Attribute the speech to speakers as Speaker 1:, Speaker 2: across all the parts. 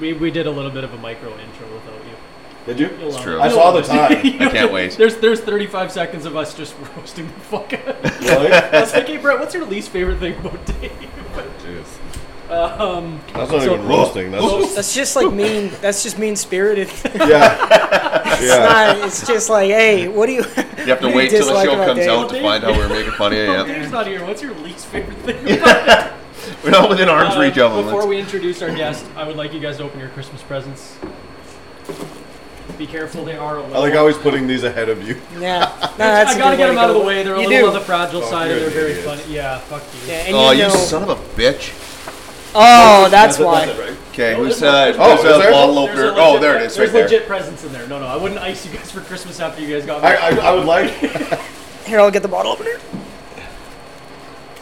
Speaker 1: We, we did a little bit of a micro intro without you.
Speaker 2: Did you?
Speaker 1: You'll
Speaker 3: It's
Speaker 1: love
Speaker 3: true.
Speaker 1: it.
Speaker 2: I
Speaker 1: You'll
Speaker 2: saw
Speaker 1: love
Speaker 2: the
Speaker 1: it.
Speaker 2: time.
Speaker 3: I can't wait.
Speaker 1: There's there's 35 seconds of us just roasting the fuck out. of you.
Speaker 2: Really?
Speaker 1: I was like, hey Brett, what's your least favorite thing about Dave? Um,
Speaker 4: That's not
Speaker 1: So-
Speaker 4: even roasting. That's just
Speaker 5: That's just like mean. That's just mean spirited.
Speaker 2: yeah. yeah.
Speaker 5: Not, it's just like, hey, what do you?
Speaker 3: You have to
Speaker 5: you
Speaker 3: wait till the
Speaker 5: dislike
Speaker 3: show
Speaker 5: about
Speaker 3: comes
Speaker 5: Dave?
Speaker 3: out to find out we're making fun of you.
Speaker 1: oh,
Speaker 3: Yeah.
Speaker 1: Dave's not here. What's your least favorite thing about it?
Speaker 3: We're not within arm's
Speaker 1: Uh,
Speaker 3: reach of them.
Speaker 1: Before
Speaker 3: Let's-
Speaker 1: we introduce our guest, I would like you guys to open your Christmas presents. Be careful, they are a
Speaker 2: I like always putting these ahead of you.
Speaker 5: Yeah, no, that's
Speaker 1: I
Speaker 5: a
Speaker 1: gotta
Speaker 5: good
Speaker 1: get them
Speaker 5: way to
Speaker 1: out of
Speaker 5: go.
Speaker 1: the way. They're a
Speaker 5: you
Speaker 1: little
Speaker 5: do.
Speaker 1: on the fragile
Speaker 2: Fuck,
Speaker 1: side,
Speaker 2: you're
Speaker 1: and they're
Speaker 2: an
Speaker 1: very
Speaker 2: idiot.
Speaker 1: funny. Yeah, fuck you.
Speaker 5: Yeah, and
Speaker 3: Oh,
Speaker 5: you
Speaker 3: you
Speaker 5: know.
Speaker 3: son of a bitch.
Speaker 5: oh, that's
Speaker 2: it,
Speaker 5: why.
Speaker 2: it, right?
Speaker 3: Okay,
Speaker 1: Oh, there's
Speaker 3: who's that?
Speaker 1: one-
Speaker 2: Oh,
Speaker 3: who's
Speaker 2: is
Speaker 3: that
Speaker 2: there?
Speaker 3: bottle
Speaker 1: There's a
Speaker 3: opener?
Speaker 1: legit-
Speaker 3: Oh, there it is,
Speaker 1: There's
Speaker 3: right there.
Speaker 1: legit presents in there. No, no, I wouldn't ice you guys for Christmas after you guys got
Speaker 2: I,
Speaker 1: married.
Speaker 2: I, I would like.
Speaker 5: Here, I'll get the bottle opener.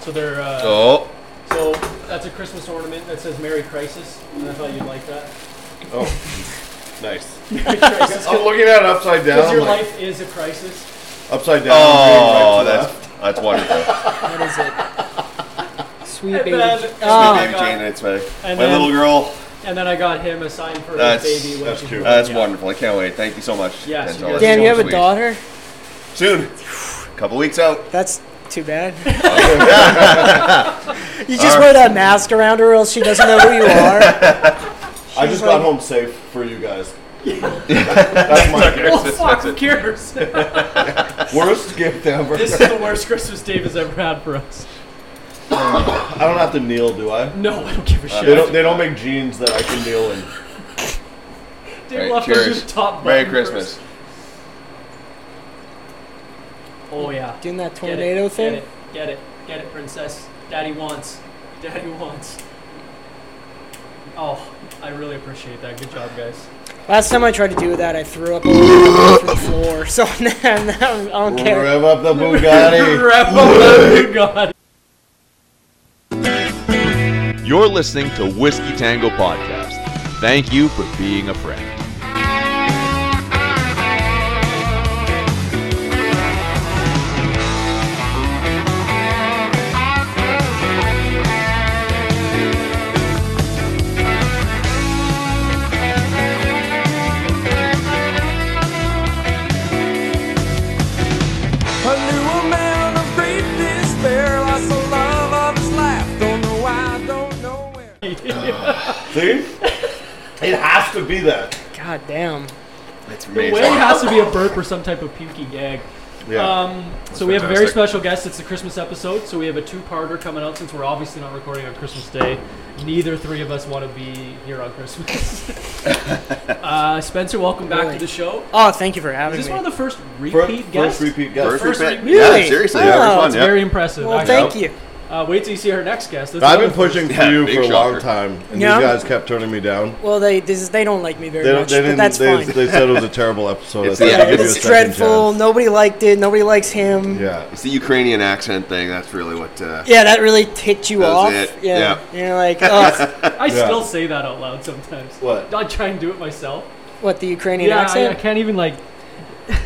Speaker 1: So they're uh,
Speaker 3: Oh,
Speaker 1: so that's a Christmas ornament that says "Merry Crisis," and I thought you'd like that.
Speaker 2: Oh, nice.
Speaker 1: Crisis,
Speaker 5: Oh
Speaker 2: I'm looking at it upside
Speaker 1: because
Speaker 2: down.
Speaker 1: your
Speaker 2: like,
Speaker 1: life is a crisis.
Speaker 2: Upside down.
Speaker 3: oh,
Speaker 2: green, right to
Speaker 3: that's that's wonderful.
Speaker 5: What is it? Sweet
Speaker 1: And
Speaker 5: baby.
Speaker 1: then-
Speaker 5: oh,
Speaker 3: Baby Jane, that's my my
Speaker 1: And then-
Speaker 3: little girl.
Speaker 1: And then I got him a sign for
Speaker 3: That's-
Speaker 1: his baby. when
Speaker 2: that's
Speaker 1: she was
Speaker 2: cute.
Speaker 1: born.
Speaker 3: That's
Speaker 1: Yeah.
Speaker 3: wonderful. I can't wait. Thank you so much.
Speaker 1: Yes, you
Speaker 3: Denzel.
Speaker 1: guys-
Speaker 3: That's
Speaker 5: damn,
Speaker 3: so
Speaker 5: you have a
Speaker 3: sweet.
Speaker 5: daughter.
Speaker 3: Soon. Couple weeks out.
Speaker 5: That's too bad. you just wear that mask around her, or else she doesn't know who you are.
Speaker 2: left. I just
Speaker 5: She's
Speaker 2: got
Speaker 5: like-
Speaker 2: home safe for you guys. that's my
Speaker 3: okay.
Speaker 1: Well,
Speaker 3: That's
Speaker 1: fuck, who
Speaker 3: it.
Speaker 1: cares?
Speaker 2: worst gift ever.
Speaker 1: this is the worst Christmas Dave has ever had for us.
Speaker 2: I don't have to kneel, do I?
Speaker 1: No, I don't give a
Speaker 3: Uh,
Speaker 2: They
Speaker 1: shit.
Speaker 2: don't. They don't make jeans that I can kneel in.
Speaker 1: Dave
Speaker 3: Right,
Speaker 1: left us
Speaker 3: cheers.
Speaker 1: his top
Speaker 3: Merry
Speaker 1: button
Speaker 3: Christmas.
Speaker 1: first. Oh yeah.
Speaker 5: Doing that
Speaker 1: Get it,
Speaker 5: tornado thing.
Speaker 1: Get it, get it, get it, princess. Daddy wants. Daddy wants. Oh, I really appreciate that. Good job, guys.
Speaker 5: Last time I tried to do that, I threw up all over the floor. So now I don't care.
Speaker 2: Rev up the Bugatti.
Speaker 1: Wrap up that Bugatti.
Speaker 3: You're listening to Whiskey Tango Podcast. Thank you for being a friend.
Speaker 6: A new amount of great despair, lost the love of his life. Don't know why, don't know where.
Speaker 2: See? It has to be that.
Speaker 5: God damn.
Speaker 3: That's
Speaker 1: The
Speaker 3: amazing.
Speaker 1: way has to be a burp or some type of pukey gag.
Speaker 2: Yeah.
Speaker 1: Um, so we have a very
Speaker 3: fantastic.
Speaker 1: special guest. It's the Christmas episode, so we have a two-parter coming out since we're obviously not recording on Christmas Day. Neither three of us want to be here on Christmas. uh, Spencer, welcome back
Speaker 5: Really?
Speaker 1: to the show.
Speaker 5: Oh, thank you for
Speaker 1: Is
Speaker 5: having
Speaker 1: this
Speaker 5: me.
Speaker 1: one of the first
Speaker 2: Fir-
Speaker 1: repeat guests?
Speaker 2: first repeat guest.
Speaker 3: First
Speaker 1: First
Speaker 3: repeat-
Speaker 1: repeat-
Speaker 3: Yeah,
Speaker 5: Really?
Speaker 3: seriously. Yeah,
Speaker 5: Oh,
Speaker 3: we're fun.
Speaker 1: It's
Speaker 3: Yeah.
Speaker 1: very impressive.
Speaker 5: well,
Speaker 1: actually.
Speaker 5: thank you.
Speaker 1: Uh, wait till you see our next guest. That's
Speaker 2: I've been
Speaker 1: another first.
Speaker 2: pushing
Speaker 3: Yeah,
Speaker 2: for you
Speaker 3: big
Speaker 2: for a long
Speaker 3: shocker.
Speaker 2: time, and
Speaker 5: Yeah?
Speaker 2: these guys kept turning me down.
Speaker 5: Well, they this is, they don't like me very
Speaker 2: They, don't,
Speaker 5: much,
Speaker 2: they
Speaker 5: but
Speaker 2: didn't.
Speaker 5: that's
Speaker 2: they,
Speaker 5: fine.
Speaker 2: they said it was a terrible episode.
Speaker 3: It's
Speaker 2: I
Speaker 3: the
Speaker 2: thought I'd
Speaker 3: end.
Speaker 2: give you a
Speaker 5: it's
Speaker 2: second
Speaker 5: dreadful. Nobody liked it. Nobody likes him.
Speaker 2: chance.
Speaker 5: Yeah,
Speaker 2: Yeah.
Speaker 3: It's the Ukrainian accent thing. That's really what. Uh,
Speaker 5: that really ticked you
Speaker 3: That was
Speaker 5: off.
Speaker 3: it.
Speaker 5: Yeah. You're like, oh,
Speaker 1: I still say that out loud sometimes.
Speaker 2: What?
Speaker 1: I try and do it myself.
Speaker 5: what the Ukrainian
Speaker 1: Yeah, I- I,
Speaker 5: accent?
Speaker 1: can't even like.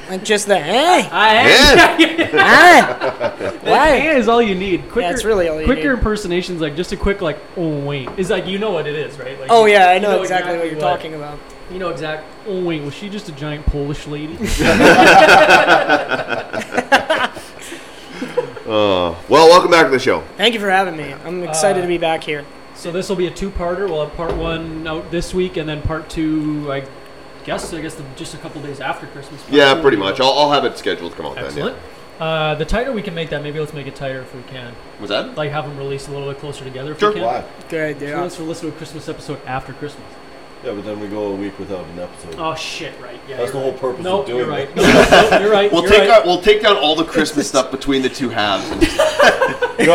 Speaker 5: Like just the hey,
Speaker 1: I
Speaker 5: ah, why?
Speaker 1: is all you need. Quicker,
Speaker 5: it's really all you
Speaker 1: quicker
Speaker 5: need.
Speaker 1: impersonations, like just a quick like. Oh wait, is like you know what it is, right? Like,
Speaker 5: Oh
Speaker 1: you-
Speaker 5: yeah, I
Speaker 1: you
Speaker 5: know, exactly what you're talking about.
Speaker 1: You know exact. Oh wait, was she just a giant Polish lady?
Speaker 3: uh, well, welcome back to the show.
Speaker 5: Thank you for having me. I'm excited
Speaker 1: Uh,
Speaker 5: to be back here.
Speaker 1: so this will be a two-parter. We'll have part one out this week, and then part two, I guess, I guess the, just a couple days after Christmas. Part two
Speaker 3: Yeah,
Speaker 1: will
Speaker 3: pretty
Speaker 1: be
Speaker 3: much.
Speaker 1: out.
Speaker 3: I'll, I'll have it scheduled to come out
Speaker 1: Excellent.
Speaker 3: then.
Speaker 1: Uh, the tighter we can make that, maybe let's make it tighter if we can.
Speaker 3: Yeah. Was that?
Speaker 1: Like have them released a little bit closer together if
Speaker 3: Sure.
Speaker 1: we can.
Speaker 2: Why?
Speaker 5: Good
Speaker 1: So
Speaker 5: idea.
Speaker 1: let's listen to a Christmas episode after Christmas.
Speaker 2: Yeah, but then we go a week without an episode.
Speaker 1: Oh shit! Right. Yeah.
Speaker 2: That's the
Speaker 1: you're
Speaker 2: whole
Speaker 1: right.
Speaker 2: purpose of
Speaker 1: Nope,
Speaker 2: doing
Speaker 1: you're
Speaker 2: it.
Speaker 1: right. No, no, no, you're right.
Speaker 3: We'll
Speaker 1: you're
Speaker 3: take
Speaker 1: right.
Speaker 3: out, we'll take down all the Christmas stuff between the two halves.
Speaker 2: You know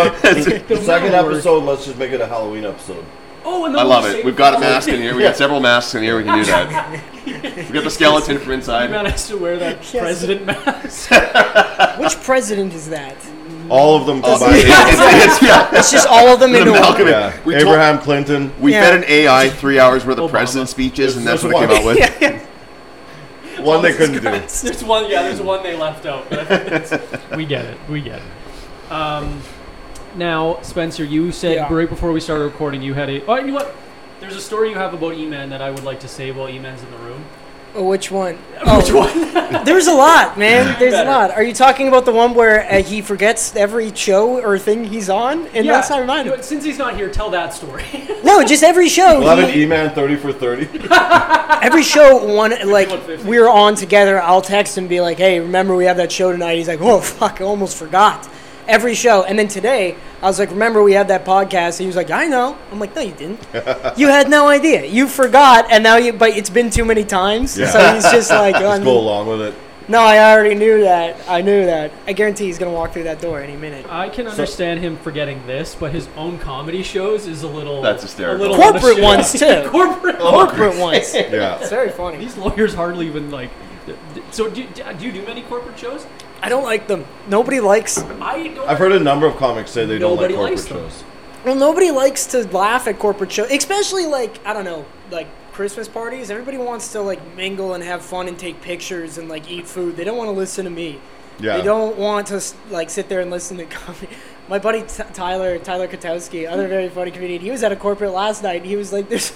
Speaker 2: what? the second
Speaker 1: work.
Speaker 2: episode, let's just make it a Halloween episode.
Speaker 1: Oh, and then
Speaker 3: I
Speaker 1: we'll
Speaker 3: love
Speaker 1: save-
Speaker 3: it. We've got a
Speaker 1: oh,
Speaker 3: mask in here. We got several masks in here. We can do that. We got the skeleton from
Speaker 1: Man
Speaker 3: inside.
Speaker 1: has to wear that
Speaker 5: Yes.
Speaker 1: president mask.
Speaker 5: Which president is that? Mm.
Speaker 2: All of them
Speaker 3: It's,
Speaker 2: combined.
Speaker 3: it's, it's, Oh, yeah.
Speaker 5: It's just all of them
Speaker 3: The
Speaker 5: in one.
Speaker 3: amalgam-
Speaker 2: Yeah.
Speaker 3: We told-
Speaker 2: Abraham Clinton.
Speaker 3: We
Speaker 5: Yeah.
Speaker 3: fed an AI three hours worth of
Speaker 1: Obama.
Speaker 3: president speeches, and
Speaker 2: There's
Speaker 3: that's what it came
Speaker 2: one.
Speaker 3: out with.
Speaker 2: One they couldn't do.
Speaker 1: there's one. Yeah, there's one they left out. but I think that's- we get it. We get it. Um, now, Spencer, you said
Speaker 5: Yeah.
Speaker 1: right before we started recording, you had a. Oh, you know what? There's a story you have about E-Man that I would like to say while E-Man's in the room.
Speaker 5: Oh, which one? Oh, Which one? there's a lot, man. There's a
Speaker 1: better.
Speaker 5: lot. Are you talking about the one where uh, he forgets every show or thing he's on, and that's not reminded?
Speaker 1: but Since he's not here, tell that story.
Speaker 5: No, just every show.
Speaker 2: We'll have e-
Speaker 5: he-
Speaker 2: an E-Man 30 for 30.
Speaker 5: every show one like
Speaker 1: 51.50.
Speaker 5: we're on together i'll text and be like hey remember we have that show tonight he's like whoa fuck i almost forgot every show and then today i was like remember we had that podcast he was like i know i'm like no you didn't you had no idea you forgot and now you but it's been too many times
Speaker 2: Yeah.
Speaker 5: so he's just like
Speaker 2: Just
Speaker 5: um,
Speaker 2: go along with it.
Speaker 5: no i already knew that i knew that i guarantee he's gonna walk through that door any minute
Speaker 1: I can understand him forgetting this, but his own comedy shows is a little
Speaker 3: That's hysterical.
Speaker 1: A little
Speaker 5: Corporate
Speaker 1: out of
Speaker 5: ones,
Speaker 1: shape.
Speaker 5: too.
Speaker 1: Corporate.
Speaker 3: Oh,
Speaker 5: corporate ones it's
Speaker 2: Yeah.
Speaker 5: very funny
Speaker 1: These lawyers hardly even like. d- d- So do, d- do you do many corporate shows?
Speaker 5: i don't like them nobody likes
Speaker 1: I don't.
Speaker 2: I've heard a number of comics say they
Speaker 1: Nobody
Speaker 2: don't like
Speaker 1: likes
Speaker 2: corporate
Speaker 1: them.
Speaker 2: shows.
Speaker 5: Well, nobody likes to laugh at corporate shows, especially like I don't know, like Christmas parties. Everybody wants to like mingle and have fun and take pictures and like eat food. They don't want to listen to me.
Speaker 2: Yeah.
Speaker 5: They don't want to s- like sit there and listen to comedy. My buddy T- Tyler Tyler Kotowski, other very funny comedian, he was at a corporate last night. He was like, "There's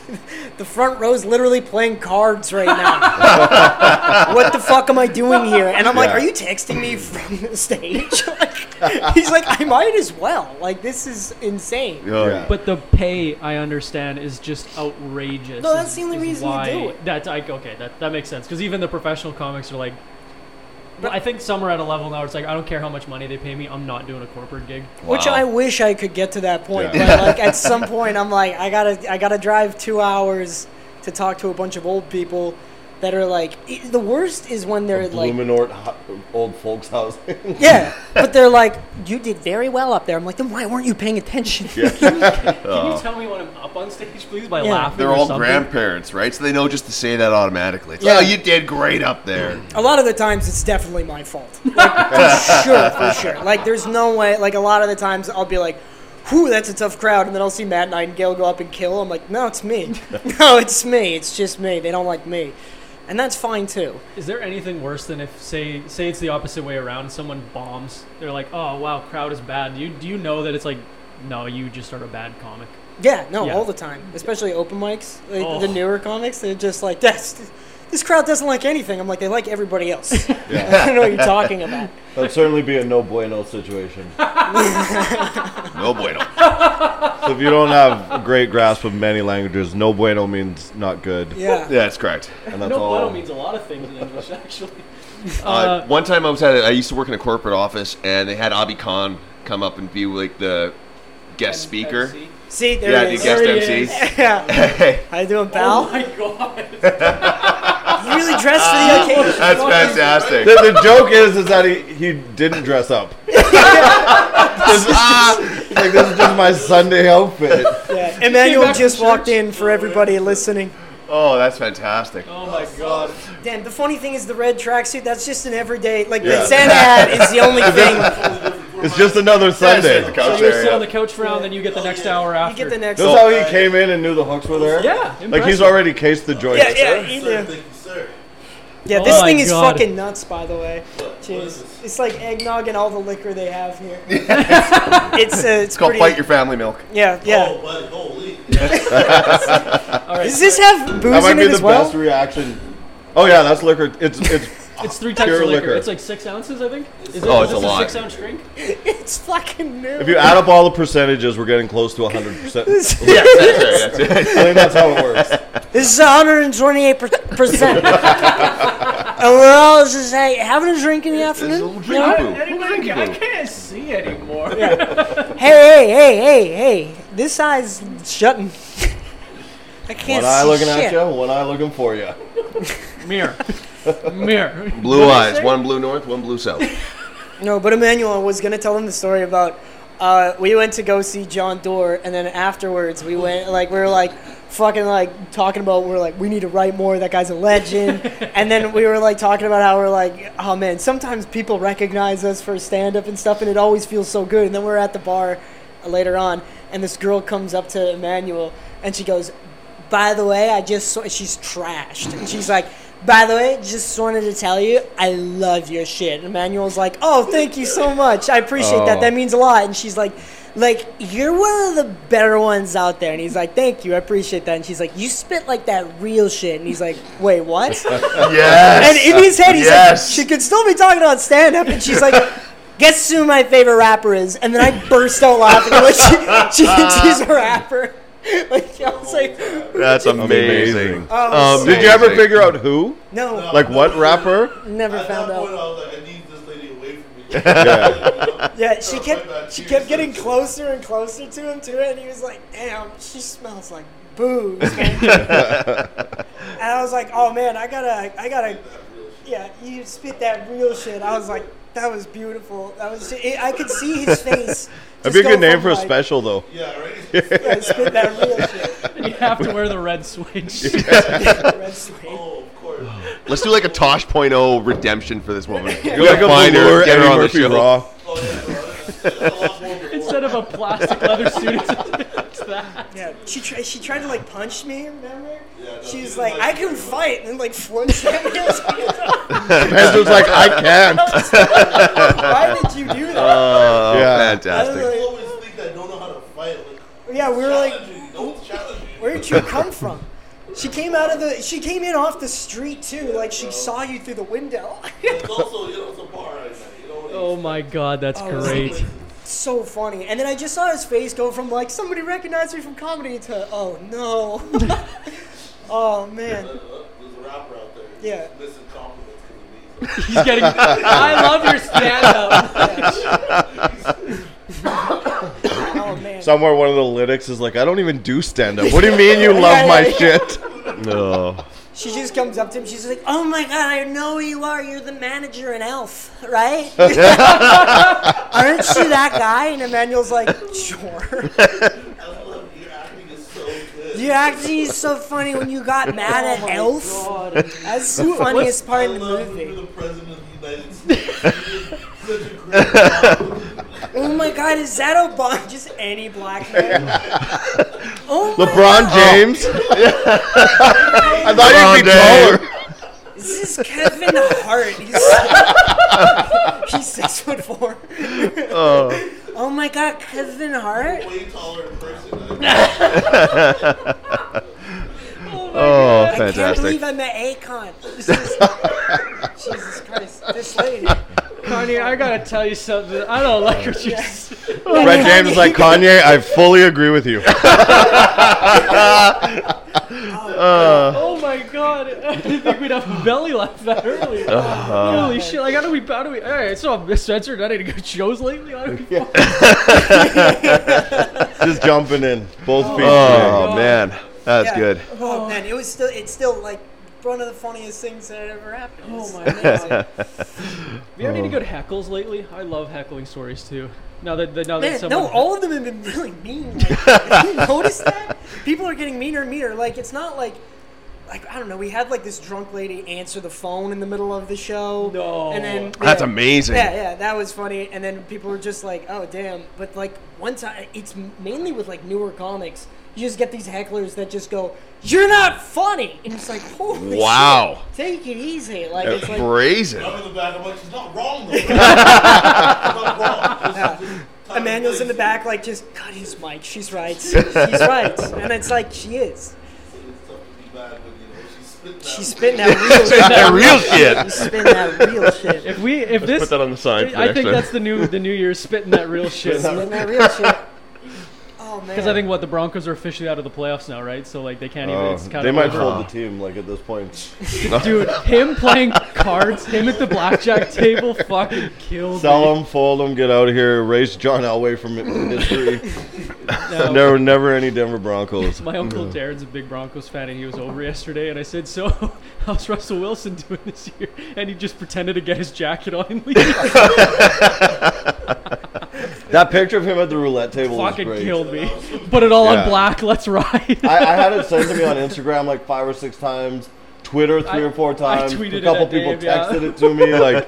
Speaker 5: the front row's literally playing cards right now. what the fuck am I doing here?" And I'm like,
Speaker 2: Yeah.
Speaker 5: "Are you texting me from the stage?" Like, he's like, "I might as well. Like this is insane."
Speaker 2: Oh, yeah.
Speaker 1: But the pay I understand is just outrageous.
Speaker 5: No,
Speaker 1: is-
Speaker 5: that's the only
Speaker 1: is
Speaker 5: reason you
Speaker 1: why,
Speaker 5: do it.
Speaker 1: That I, okay, that that makes sense because even the professional comics are like. well, I think some are at a level now. Where it's like I don't care how much money they pay me. I'm not doing a corporate gig.
Speaker 5: Which I wish I could get to that point,
Speaker 2: Yeah.
Speaker 5: but like at some point I'm like I gotta I gotta drive two hours to talk to a bunch of old people that are like i- the worst is when they're like
Speaker 2: Blumenort hu- old folks house.
Speaker 5: yeah, but they're like you did very well up there. I'm like then why weren't you paying attention?
Speaker 1: Can you tell me when I'm up on stage, please, by
Speaker 5: Yeah.
Speaker 1: laughing?
Speaker 3: Oh. They're
Speaker 1: or
Speaker 3: all
Speaker 1: something?
Speaker 3: grandparents, right? So they know just to say that automatically. It's,
Speaker 5: Yeah.
Speaker 3: Oh, you did great up there.
Speaker 5: A lot of the times it's definitely my fault, like, for sure, for sure. Like there's no way. Like a lot of the times I'll be like. Whew, that's a tough crowd. And then I'll see Matt Nightingale go up and kill. I'm like, no, it's me. no, it's me. It's just me. They don't like me. And that's fine, too.
Speaker 1: Is there anything worse than if say say it's the opposite way around? Someone bombs. They're like, "Oh wow, crowd is bad." Do you do you know that it's like, no, you just are a bad comic.
Speaker 5: Yeah, no,
Speaker 1: Yeah.
Speaker 5: all the time. Especially open mics, like
Speaker 1: Oh.
Speaker 5: the newer comics. They're just like, this, this crowd doesn't like anything. I'm like, they like everybody else. I don't know what you're talking about.
Speaker 2: That'd certainly be a no bueno situation.
Speaker 3: No bueno.
Speaker 2: So if you don't have a great grasp of many languages, no bueno means not good.
Speaker 5: Yeah.
Speaker 3: Yeah, that's correct.
Speaker 2: And that's
Speaker 1: No,
Speaker 2: all.
Speaker 1: bueno means a lot of things in English, actually.
Speaker 3: Uh, one time I was at a, I used to work in a corporate office, and they had Abi Khan come up and be like the guest speaker.
Speaker 1: MC.
Speaker 5: See, there
Speaker 3: Yeah,
Speaker 5: it
Speaker 3: the
Speaker 5: is.
Speaker 3: guest
Speaker 1: There he
Speaker 3: MC.
Speaker 5: yeah. How you doing,
Speaker 1: Oh
Speaker 5: pal?
Speaker 1: my god!
Speaker 5: you really dressed for the occasion.
Speaker 3: That's fantastic.
Speaker 2: The, the joke is is that he, he didn't dress up. This is- like this is just my Sunday outfit.
Speaker 5: Yeah. Emmanuel
Speaker 1: back from
Speaker 5: just walked
Speaker 1: church.
Speaker 5: in for everybody listening.
Speaker 3: Oh, that's fantastic.
Speaker 1: Oh my god!
Speaker 5: Damn, the funny thing is the red tracksuit, that's just an everyday, like
Speaker 2: Yeah.
Speaker 5: the Santa hat is the only thing.
Speaker 2: It's just another Sunday.
Speaker 3: That's it, the
Speaker 2: This
Speaker 3: couch
Speaker 1: So you
Speaker 3: there,
Speaker 1: sit
Speaker 3: yeah.
Speaker 1: on the couch for a round, then you get the next hour
Speaker 5: You
Speaker 1: after.
Speaker 5: get the next
Speaker 2: is how he came in and knew the hooks were there.
Speaker 1: yeah,
Speaker 2: Like he's
Speaker 1: impressive.
Speaker 2: already cased the joint.
Speaker 5: Yeah, yeah, he knew. Yeah,
Speaker 1: Oh
Speaker 5: this
Speaker 1: my
Speaker 5: thing is
Speaker 1: God.
Speaker 5: fucking nuts, by the way. Jeez. It's like eggnog and all the liquor they have here. it's uh, it's
Speaker 3: It's called
Speaker 5: pretty,
Speaker 3: Fight Your Family Milk.
Speaker 5: Yeah, yeah.
Speaker 1: All right.
Speaker 5: Does this have
Speaker 2: That
Speaker 5: booze
Speaker 2: might
Speaker 5: in
Speaker 2: be
Speaker 5: it
Speaker 2: the
Speaker 5: as well?
Speaker 2: best reaction. Oh yeah, that's liquor. It's it's
Speaker 1: It's three types of
Speaker 2: pure
Speaker 1: liquor.
Speaker 2: liquor.
Speaker 1: It's like six ounces, I think. Is it,
Speaker 3: Oh,
Speaker 1: is
Speaker 3: it's a
Speaker 1: this
Speaker 3: lot.
Speaker 1: Six ounce drink.
Speaker 5: It's fucking new.
Speaker 2: if you add up all the percentages, we're getting close to 100. percent I
Speaker 3: Yeah, that's right. That's it.
Speaker 2: think that's how it works.
Speaker 5: this is 128 percent, and we're all just hey, having a drink in the
Speaker 3: It's a
Speaker 5: afternoon.
Speaker 3: little drinky poo.
Speaker 1: I can't see anymore.
Speaker 5: Hey, hey, hey, hey, hey! This eye's shutting. I can't
Speaker 2: One eye
Speaker 5: see
Speaker 2: looking at
Speaker 5: shit.
Speaker 2: you, one eye looking for you.
Speaker 1: Mirror, mirror.
Speaker 3: Blue eyes, one blue north, one blue south.
Speaker 5: No, but Emmanuel was gonna tell them the story about uh, we went to go see John Doerr, and then afterwards we went like we were like fucking like talking about we're like we need to write more. That guy's a legend. and then we were like talking about how we're like oh man, sometimes people recognize us for stand up and stuff, and it always feels so good. And then we're at the bar later on, and this girl comes up to Emmanuel, and she goes, by the way, I just saw, she's trashed. And she's like, by the way, just wanted to tell you, I love your shit. And Emmanuel's like, oh, thank you so much. I appreciate that.
Speaker 2: Oh.
Speaker 5: That means a lot. And she's like, like you're one of the better ones out there and he's like thank you i appreciate that and she's like you spit like that real shit and he's like wait what and
Speaker 3: Yes.
Speaker 5: in his head he's
Speaker 3: Yes.
Speaker 5: like she could still be talking on stand-up and she's like guess who my favorite rapper is and then i burst out laughing when she, she thinks he's a rapper like i was like
Speaker 3: That's amazing.
Speaker 2: Amazing. Um,
Speaker 5: Oh,
Speaker 2: Did you ever figure out who?
Speaker 5: no,
Speaker 2: Like what rapper?
Speaker 5: never
Speaker 4: At that
Speaker 5: found out
Speaker 4: point, I was like, I need this lady away from me. yeah.
Speaker 5: Yeah, she
Speaker 4: my
Speaker 5: kept
Speaker 4: bad.
Speaker 5: she
Speaker 4: She
Speaker 5: kept
Speaker 4: was
Speaker 5: getting
Speaker 4: so-
Speaker 5: closer and closer to him too, and he was like, "Damn, she smells like booze." man." and I was like, "Oh man, I gotta, I gotta, yeah." You spit that real shit. I was like, "That was beautiful. That was." It, I could see his face.
Speaker 2: That'd
Speaker 5: just
Speaker 2: be a
Speaker 5: go
Speaker 2: good name
Speaker 5: from,
Speaker 2: for a
Speaker 5: like,
Speaker 2: special though.
Speaker 4: Yeah, right?
Speaker 5: Yeah, spit that real shit.
Speaker 1: And you have to wear the red switch.
Speaker 5: Red suede.
Speaker 4: oh, of course.
Speaker 3: Let's do like a Tosh.0 redemption for this woman.
Speaker 2: Go like a
Speaker 3: find her,
Speaker 2: velour
Speaker 3: get her
Speaker 2: Eddie
Speaker 3: on the
Speaker 2: Murphy
Speaker 3: show.
Speaker 2: Raw.
Speaker 4: Oh, yeah, well, it's- it's a lot more before.
Speaker 1: Instead of a plastic leather suit, it's that.
Speaker 5: Yeah, she tried. She tried to like punch me. Remember?
Speaker 4: Yeah, no,
Speaker 5: she
Speaker 4: he
Speaker 5: was
Speaker 4: was
Speaker 5: like,
Speaker 4: like-
Speaker 5: "I can fight," and then like flinched at me. I was like,
Speaker 2: Spencer's like, I can't.
Speaker 5: "Why did you do that?"
Speaker 3: Oh,
Speaker 2: Yeah.
Speaker 5: I was
Speaker 3: fantastic.
Speaker 5: like,
Speaker 4: I always think I don't know how to fight. Like,
Speaker 5: Yeah, we were like,
Speaker 4: challenge me. Don't challenge me.
Speaker 5: where did you come from? She came out of the. She came in off the street too. Like she saw you through the window.
Speaker 4: It's also, you know, it's a bar at night. You know what I
Speaker 1: Oh my god, that's
Speaker 5: Oh,
Speaker 1: great.
Speaker 5: so funny. And then I just saw his face go from like somebody recognized me from comedy to oh no. oh man.
Speaker 4: There's a rapper out there. who's
Speaker 5: Yeah.
Speaker 4: Missing compliments because of me.
Speaker 1: He's getting. I love your stand up.
Speaker 5: Oh man.
Speaker 2: Somewhere one of the lyrics is like, I don't even do stand up. What do you mean you love my shit?
Speaker 3: Oh.
Speaker 5: She just comes up to him. She's like, "Oh my god, I know who you are. You're the manager in Elf, right? Aren't you that guy?" And Emmanuel's like, "Sure."
Speaker 4: I love your acting is so good.
Speaker 5: Your acting is so funny when you got mad at Elf. That's the funniest part in the
Speaker 4: love you for
Speaker 5: movie.
Speaker 4: the president of the United States. You did Such a great job.
Speaker 5: Oh my god, is that Obama? Just any black man. Oh my
Speaker 2: LeBron
Speaker 5: God,
Speaker 2: James? I thought you'd be
Speaker 3: LeBron
Speaker 2: taller.
Speaker 5: This is Kevin Hart. He's, he's six foot four. Oh my god, Kevin Hart?
Speaker 4: Way taller in person. I
Speaker 3: Oh,
Speaker 5: I can't
Speaker 3: fantastic.
Speaker 5: believe I met Akon. This is, Jesus Christ, this lady.
Speaker 1: Kanye, I gotta tell you something. I don't like what you said.
Speaker 2: Red James is like, Kanye, I fully agree with you.
Speaker 1: Oh my god, I didn't think we'd have a belly laugh that early.
Speaker 5: Uh-huh.
Speaker 1: Holy shit! Like, how do we? How do we? All right, so I'm censored. Not any good shows lately. How do we?
Speaker 2: Just jumping in. Both feet.
Speaker 3: Oh, man. That's good.
Speaker 5: Oh man, it was still, it's still like one of the funniest things that had ever happened.
Speaker 1: Oh my
Speaker 5: Amazing.
Speaker 1: god. Have you had any
Speaker 5: Uh-huh.
Speaker 1: good heckles lately? I love heckling stories too. Now that, that now that
Speaker 5: Man,
Speaker 1: someone
Speaker 5: no, all of them have been really mean. Like, you notice that? People are getting meaner and meaner. Like, it's not like, like I don't know. We had like this drunk lady answer the phone in the middle of the show.
Speaker 1: No.
Speaker 5: and then
Speaker 3: That's
Speaker 5: yeah.
Speaker 3: amazing.
Speaker 5: Yeah, yeah, that was funny. And then people were just like, "Oh, damn!" But like one time, it's mainly with like newer comics. You just get these hecklers that just go, "You're not funny," and it's like, "Holy
Speaker 3: Wow.
Speaker 5: shit, take it easy!" Like it's like
Speaker 3: Brazen.
Speaker 4: I'm in the back. I'm like, she's not wrong though. she's not wrong. Just- just time
Speaker 5: Emmanuel's in
Speaker 4: and
Speaker 5: the back, like, just cut his mic. She's right. She's right. And it's like, she is.
Speaker 4: place. It's tough to be bad when you know she's spitting. that
Speaker 5: She's spitting that real shit.
Speaker 3: That real shit.
Speaker 5: She's spitting that real shit.
Speaker 1: if we if this
Speaker 3: on the sign.
Speaker 1: I think that's the new the New Year's spitting that real shit.
Speaker 5: Spitting that real shit. Oh, man.
Speaker 1: Because I think what the Broncos are officially out of the playoffs now, right? So like they can't even.
Speaker 2: Oh,
Speaker 1: it's kind
Speaker 2: they
Speaker 1: of
Speaker 2: might
Speaker 1: over.
Speaker 2: fold the team like at this point.
Speaker 1: Dude, him playing cards, him at the blackjack table, fucking killed.
Speaker 2: Sell them, fold them, get out of here. Erase John Elway from history.
Speaker 1: No.
Speaker 2: there were never any Denver Broncos.
Speaker 1: My uncle Darren's a big Broncos fan, and he was over yesterday. And I said, "So, how's Russell Wilson doing this year?" And he just pretended to get his jacket on and leave.
Speaker 2: That picture of him at the roulette table was
Speaker 1: fucking
Speaker 2: great.
Speaker 1: killed me. Put it all on
Speaker 2: Yeah.
Speaker 1: black. Let's ride.
Speaker 2: I, I had it sent to me on Instagram like five or six times, Twitter three
Speaker 1: I-
Speaker 2: or four
Speaker 1: I
Speaker 2: times.
Speaker 1: tweeted
Speaker 2: a
Speaker 1: it
Speaker 2: couple
Speaker 1: at
Speaker 2: people
Speaker 1: Dave, yeah.
Speaker 2: texted it to me like,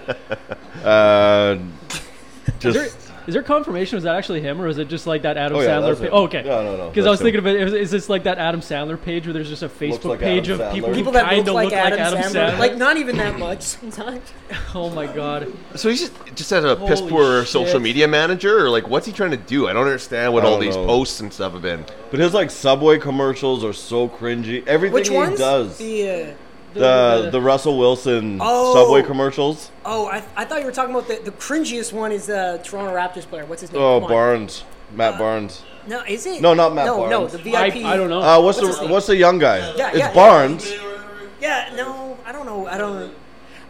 Speaker 2: uh,
Speaker 1: Is there,
Speaker 2: just
Speaker 1: Is there confirmation? Was that actually him, or is it just like that Adam
Speaker 2: Oh, yeah,
Speaker 1: Sandler?
Speaker 2: that's
Speaker 1: page?
Speaker 2: him.
Speaker 1: Oh, okay.
Speaker 2: No, no, no,
Speaker 1: Because
Speaker 2: that's
Speaker 1: I was
Speaker 2: him.
Speaker 1: thinking of it. Is, is this like that Adam Sandler page where there's just a Facebook
Speaker 2: like
Speaker 1: page
Speaker 2: Adam
Speaker 1: of people,
Speaker 2: Sandler.
Speaker 1: who
Speaker 5: People that
Speaker 1: kind
Speaker 5: look
Speaker 1: of
Speaker 5: like Adam, Sandler,
Speaker 1: Sandler?
Speaker 5: like not even that much sometimes.
Speaker 1: oh my god.
Speaker 3: So he's just just as a piss
Speaker 1: Holy
Speaker 3: poor
Speaker 1: shit.
Speaker 3: social media manager, or like what's he trying to do? I don't understand what
Speaker 2: I
Speaker 3: all
Speaker 2: don't
Speaker 3: these
Speaker 2: know.
Speaker 3: posts and stuff have been.
Speaker 2: But his like Subway commercials are so cringy. Everything
Speaker 5: Which
Speaker 2: he
Speaker 5: ones?
Speaker 2: does, the
Speaker 5: The, uh,
Speaker 2: the, Russell Wilson
Speaker 5: Oh.
Speaker 2: Subway commercials.
Speaker 5: oh, I, I thought you were talking about the, the cringiest one is the Toronto Raptors player. What's his name?
Speaker 2: Oh,
Speaker 5: Come on.
Speaker 2: Barnes, Matt Barnes.
Speaker 5: No, is it?
Speaker 2: No, not Matt
Speaker 5: No, no,
Speaker 2: Barnes.
Speaker 5: the
Speaker 1: I,
Speaker 5: VIP.
Speaker 1: I don't know.
Speaker 2: Uh, what's,
Speaker 5: What's his
Speaker 2: the
Speaker 5: name?
Speaker 2: what's the young guy?
Speaker 5: Yeah,
Speaker 2: it's
Speaker 5: yeah, yeah.
Speaker 2: Barnes.
Speaker 5: Yeah, no, I don't know. I don't.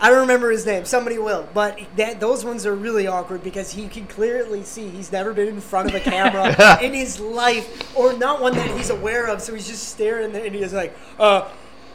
Speaker 5: I don't remember his name. Somebody will. But that those ones are really awkward because he can clearly see he's never been in front of a camera in his life, or not one that he's aware of. So he's just staring there, and he's like, "Uh,